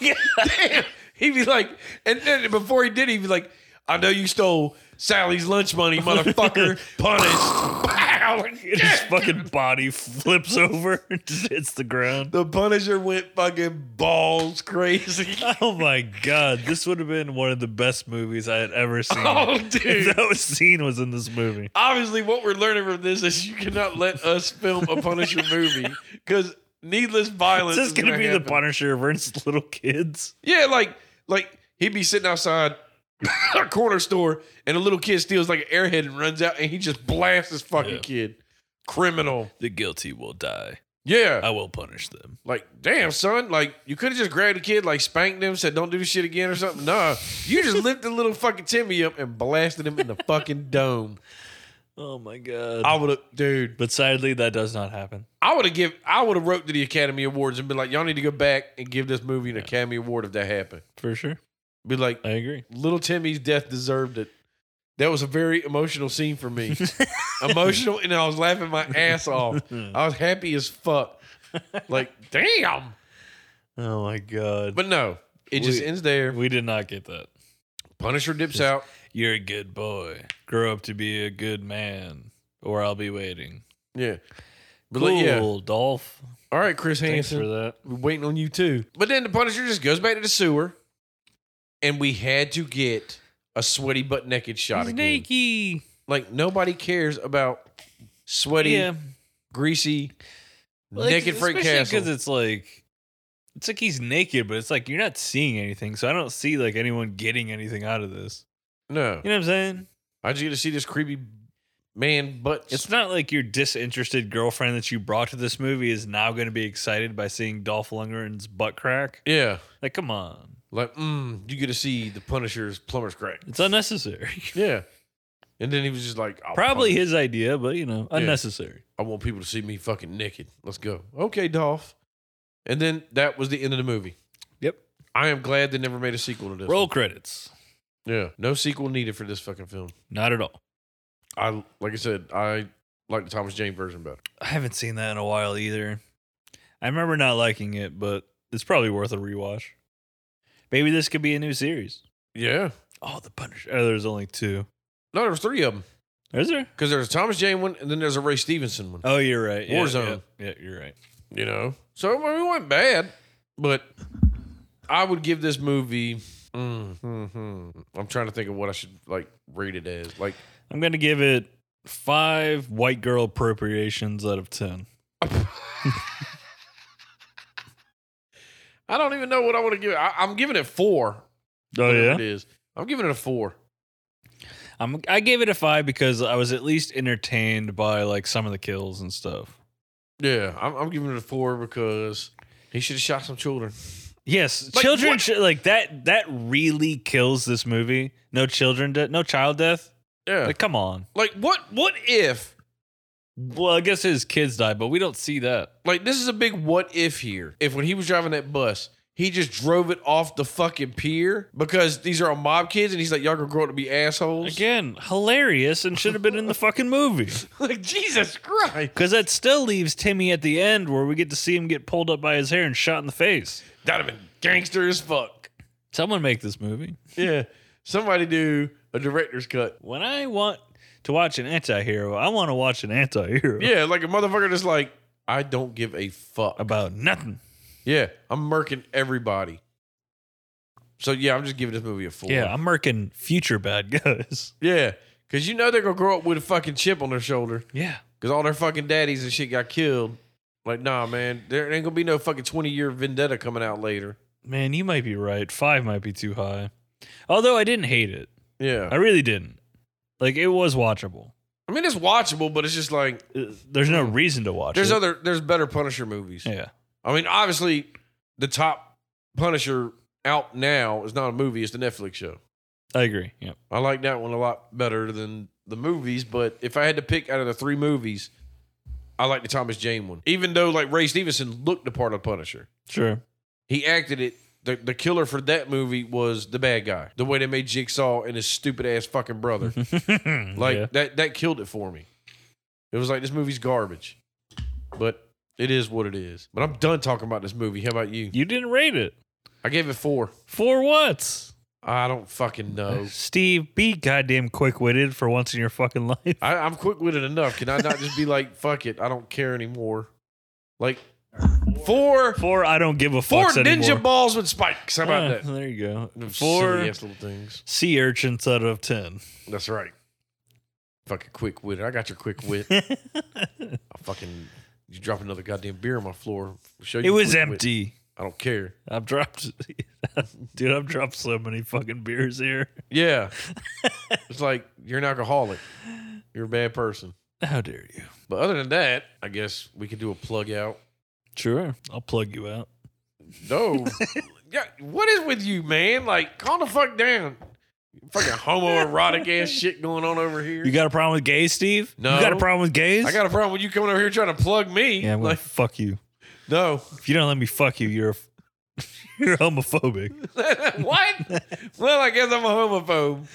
Speaker 2: damn. He'd be like, and then before he did, he'd be like, I know you stole Sally's lunch money, motherfucker. Punish. Pow. Like,
Speaker 3: And his fucking body flips over and just hits the ground.
Speaker 2: The Punisher went fucking balls crazy.
Speaker 3: Oh my god, this would have been one of the best movies I had ever seen.
Speaker 2: Oh,
Speaker 3: if
Speaker 2: dude.
Speaker 3: that was scene was in this movie.
Speaker 2: Obviously, what we're learning from this is you cannot let us film a Punisher movie because needless violence
Speaker 3: Is
Speaker 2: is
Speaker 3: this gonna be the
Speaker 2: happen.
Speaker 3: Punisher versus little kids?
Speaker 2: Yeah, like like he'd be sitting outside a corner store and a little kid steals like an airhead and runs out and he just blasts this fucking
Speaker 3: Yeah.
Speaker 2: kid. Criminal.
Speaker 3: The guilty will die.
Speaker 2: Yeah.
Speaker 3: will punish them.
Speaker 2: like, damn, son. Like, you could have just grabbed the kid, like, spanked him, said, don't do this shit again or something. Nah, you just lifted little fucking Timmy up and blasted him in the fucking dome.
Speaker 3: Oh my god.
Speaker 2: I would have, dude.
Speaker 3: but sadly, that does not happen.
Speaker 2: I would have give. I would have wrote to the Academy Awards and been like, "Y'all need to go back and give this movie an
Speaker 3: Yeah.
Speaker 2: Academy Award if that happened."
Speaker 3: For sure.
Speaker 2: Be like,
Speaker 3: I agree.
Speaker 2: "Little Timmy's death deserved it." That was a very emotional scene for me. emotional, and I was laughing my ass off. I was happy as fuck. Like, damn.
Speaker 3: Oh my god.
Speaker 2: But no, it just
Speaker 3: We-
Speaker 2: ends there.
Speaker 3: we did not get that.
Speaker 2: Punisher dips out.
Speaker 3: You're a good boy. Grow up to be a good man, or I'll be waiting.
Speaker 2: Yeah. But
Speaker 3: Cool,
Speaker 2: like, yeah.
Speaker 3: Dolph.
Speaker 2: All right, Chris
Speaker 3: Thanks for
Speaker 2: Hansen.
Speaker 3: that.
Speaker 2: We're waiting on you too. But then the Punisher just goes back to the sewer, and we had to get a sweaty butt naked shot again.
Speaker 3: Sneaky.
Speaker 2: Like nobody cares about sweaty,
Speaker 3: Yeah.
Speaker 2: greasy, naked Frank Castle.
Speaker 3: because it's like it's like he's naked, but it's like you're not seeing anything, so I don't see like anyone getting anything out of this.
Speaker 2: no,
Speaker 3: You know what I'm saying?
Speaker 2: I just get to see this creepy man butt.
Speaker 3: It's not like your disinterested girlfriend that you brought to this movie is now going to be excited by seeing Dolph Lundgren's butt crack.
Speaker 2: yeah,
Speaker 3: Like, come on,
Speaker 2: like mm, you get to see the Punisher's plumber's crack.
Speaker 3: it's unnecessary.
Speaker 2: Yeah, and then he was just like, "I'll
Speaker 3: Probably his idea, but you know,
Speaker 2: Yeah.
Speaker 3: unnecessary.
Speaker 2: I want people to see me fucking naked. Let's go. Okay, Dolph. And then that was the end of the movie.
Speaker 3: Yep.
Speaker 2: I am glad they never made a sequel to this.
Speaker 3: Roll credits.
Speaker 2: one. Yeah. No sequel needed for this fucking film.
Speaker 3: Not at all.
Speaker 2: I like I said, I like the Thomas Jane version better.
Speaker 3: I haven't seen that in a while either. I remember not liking it, but it's probably worth a rewatch. Maybe this could be a new series.
Speaker 2: Yeah.
Speaker 3: Oh, the Punisher. Oh, there's only two.
Speaker 2: No, there was three of them.
Speaker 3: Is there?
Speaker 2: Because there's a Thomas Jane one and then there's a Ray Stevenson one.
Speaker 3: Oh, you're right. Yeah,
Speaker 2: Warzone.
Speaker 3: Yeah, yeah, you're right.
Speaker 2: You know? So I mean, it wasn't bad, but I would give this movie mm, mm, mm. I'm trying to think of what I should like rate it as. Like
Speaker 3: I'm gonna give it five white girl appropriations out of ten.
Speaker 2: I don't even know what I want to give it. I, I'm giving it four.
Speaker 3: Oh
Speaker 2: whatever it is. I'm giving it a four.
Speaker 3: I'm. I gave it a five because I was at least entertained by like some of the kills and stuff.
Speaker 2: Yeah, I'm, I'm giving it a four because he should have shot some children.
Speaker 3: Yes,
Speaker 2: Like,
Speaker 3: children
Speaker 2: what-
Speaker 3: should, like that. That really kills this movie. No children, de- no child death.
Speaker 2: Yeah,
Speaker 3: Like,
Speaker 2: like,
Speaker 3: come on.
Speaker 2: what? What if?
Speaker 3: Well, I guess his kids died, but we don't see that.
Speaker 2: Like this is a big what if here. If when he was driving that bus, he just drove it off the fucking pier because these are all mob kids, and he's like, y'all gonna grow up to be assholes.
Speaker 3: Again, hilarious and should have been in the fucking movie.
Speaker 2: like Jesus Christ,
Speaker 3: Because that still leaves Timmy at the end where we get to see him get pulled up by his hair and shot in the face.
Speaker 2: that'd have been gangster as fuck.
Speaker 3: Someone make this movie.
Speaker 2: Yeah, somebody do a director's cut.
Speaker 3: When I want to watch an anti hero, I want to watch an anti hero
Speaker 2: Yeah, like a motherfucker that's like, I don't give a fuck.
Speaker 3: about nothing.
Speaker 2: Yeah, I'm murking everybody. So yeah, I'm just giving this movie a four.
Speaker 3: Yeah, I'm murking future bad guys.
Speaker 2: yeah, because you know they're gonna grow up with a fucking chip on their shoulder
Speaker 3: Yeah.
Speaker 2: because all their fucking daddies and shit got killed. Like, nah, man, there ain't gonna be no fucking twenty year vendetta coming out later.
Speaker 3: Man, you might be right. Five might be too high. Although I didn't hate it. I
Speaker 2: Yeah,
Speaker 3: really didn't. Like it was watchable.
Speaker 2: I mean it's watchable, but it's just like
Speaker 3: Uh, There's no reason to watch
Speaker 2: there's
Speaker 3: it.
Speaker 2: other there's better Punisher movies.
Speaker 3: Yeah.
Speaker 2: I mean, obviously the top Punisher out now is not a movie; it's the Netflix show.
Speaker 3: I agree. Yeah.
Speaker 2: I like that one a lot better than the movies, but if I had to pick out of the three movies, I like the Thomas Jane one. Even though like Ray Stevenson looked the part of Punisher.
Speaker 3: Sure.
Speaker 2: He acted it the, the killer for that movie was the bad guy. The way they made Jigsaw and his stupid ass fucking brother. Like
Speaker 3: Yeah.
Speaker 2: that that killed it for me. It was like this movie's garbage. But it is what it is. But I'm done talking about this movie. How about you?
Speaker 3: you didn't rate it.
Speaker 2: I gave it four.
Speaker 3: For what?
Speaker 2: I don't fucking know.
Speaker 3: Steve, be goddamn quick witted for once in your fucking life.
Speaker 2: I, I'm quick witted enough. Can I not just be like, fuck it, I don't care anymore? Like four
Speaker 3: Four, I don't give a
Speaker 2: four
Speaker 3: fuck.
Speaker 2: ninja balls with spikes. How about that? Oh,
Speaker 3: There you go.
Speaker 2: Them
Speaker 3: Four
Speaker 2: silly ass little things.
Speaker 3: sea urchins out of ten.
Speaker 2: That's right. Fucking quick witted. I got your quick wit. I
Speaker 3: it
Speaker 2: fucking you drop another goddamn beer on my floor. I'll Show you
Speaker 3: was
Speaker 2: quick wit.
Speaker 3: empty.
Speaker 2: I don't care.
Speaker 3: I've dropped, dude. I've dropped so many fucking beers here.
Speaker 2: Yeah. it's like you're an alcoholic. You're a bad person.
Speaker 3: How dare you?
Speaker 2: But other than that, I guess we could do a plug out.
Speaker 3: Sure, I'll plug you out.
Speaker 2: No. yeah, what is with you, man? Like, calm the fuck down. Fucking homoerotic ass shit going on over here.
Speaker 3: You got a problem with gays, Steve?
Speaker 2: No.
Speaker 3: You got a problem with gays?
Speaker 2: I got a problem with you coming over here trying to plug me.
Speaker 3: Yeah, I'm gonna
Speaker 2: like,
Speaker 3: fuck you.
Speaker 2: no.
Speaker 3: If you don't let me fuck you, you're a, you're homophobic.
Speaker 2: what? well, I guess I'm a homophobe.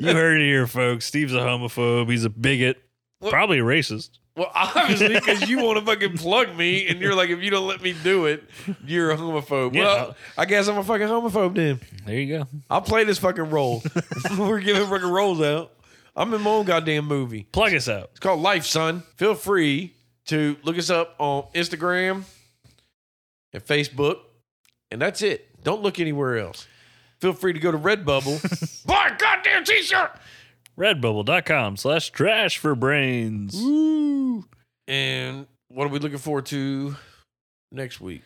Speaker 3: You heard it here, folks. Steve's a homophobe. He's a bigot.
Speaker 2: What-
Speaker 3: Probably a racist.
Speaker 2: Well, obviously, because you want to fucking plug me, and you're like, if you don't let me do it, you're a homophobe.
Speaker 3: Yeah.
Speaker 2: Well, I guess I'm a fucking homophobe then.
Speaker 5: There you go.
Speaker 2: I'll play this fucking role. We're giving fucking roles out. I'm in my own goddamn movie.
Speaker 3: Plug us out.
Speaker 2: It's called Life, son. Feel free to look us up on Instagram and Facebook, and that's it. Don't look anywhere else. Feel free to go to Redbubble. Buy a goddamn t-shirt.
Speaker 3: Redbubble.com slash trash for brains.
Speaker 2: And what are we looking forward to next week?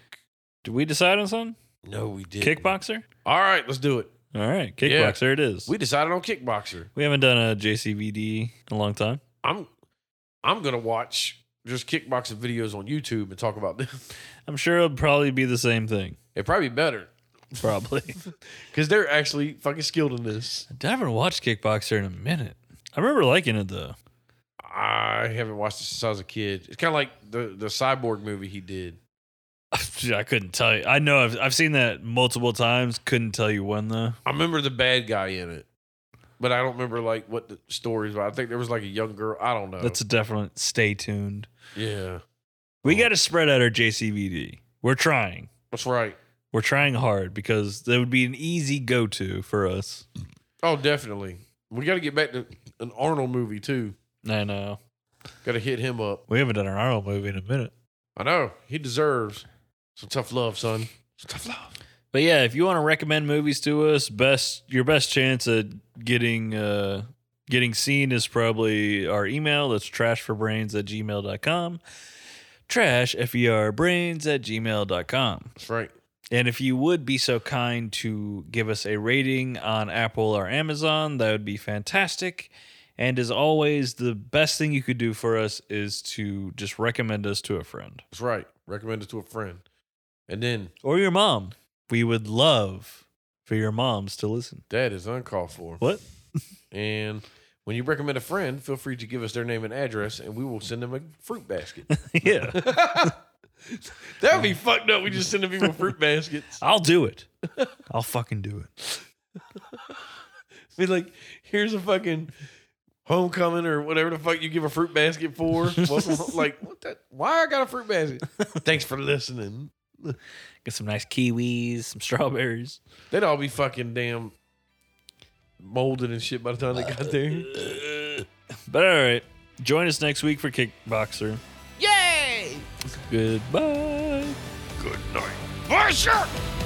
Speaker 3: Did we decide on something?
Speaker 2: No, we did
Speaker 3: Kickboxer?
Speaker 2: All right, let's do it.
Speaker 3: All right.
Speaker 2: Yeah.
Speaker 3: Kickboxer it is.
Speaker 2: We decided on kickboxer.
Speaker 3: We haven't done a JCVD in a long time.
Speaker 2: I'm I'm gonna watch just kickboxing videos on YouTube and talk about them.
Speaker 3: I'm sure it'll probably be the same thing.
Speaker 2: It'd probably be better
Speaker 3: Probably.
Speaker 2: because they're actually fucking skilled in this.
Speaker 3: I haven't watched Kickboxer in a minute. I remember liking it though.
Speaker 2: I haven't watched it since I was a kid. It's kind of like the the cyborg movie he did.
Speaker 3: I couldn't tell you. I know I've, I've seen that multiple times. Couldn't tell you when though.
Speaker 2: I remember the bad guy in it, but I don't remember like what the stories. But I think there was like a young girl. I don't know.
Speaker 3: That's a definite stay tuned.
Speaker 2: yeah,
Speaker 3: We got to spread out our JCVD. We're trying.
Speaker 2: that's right.
Speaker 3: We're trying hard because that would be an easy go to for us.
Speaker 2: Oh, definitely. We got to get back to an Arnold movie too.
Speaker 3: I know.
Speaker 2: Got to hit him up.
Speaker 3: We haven't done an Arnold movie in a minute.
Speaker 2: I know he deserves some tough love, son. Some tough love.
Speaker 3: But yeah, if you want to recommend movies to us, best your best chance at getting uh getting seen is probably our email. That's trashforbrains at gmail.com. Trash F E R brains at gmail.com.
Speaker 2: That's right.
Speaker 3: And if you would be so kind to give us a rating on Apple or Amazon, that would be fantastic. And as always, the best thing you could do for us is to just recommend us to a friend
Speaker 2: That's right. Recommend it to a friend. And then
Speaker 3: or your mom. We would love for your moms to listen.
Speaker 2: that is uncalled for.
Speaker 3: What?
Speaker 2: And when you recommend a friend, feel free to give us their name and address, and we will send them a fruit basket.
Speaker 3: yeah.
Speaker 2: that would be fucked up. We just send people fruit baskets.
Speaker 3: I'll do it. I'll fucking do it.
Speaker 2: Be like, here's a fucking homecoming or whatever the fuck you give a fruit basket for. Welcome- like, what that? Why I got a fruit basket? Thanks for listening.
Speaker 3: Get some nice kiwis, some strawberries.
Speaker 2: They'd all be fucking damn molded and shit by the time they got there.
Speaker 3: But all right, join us next week for Kickboxer. Yay! Goodbye.
Speaker 2: Good night. Buy a shirt.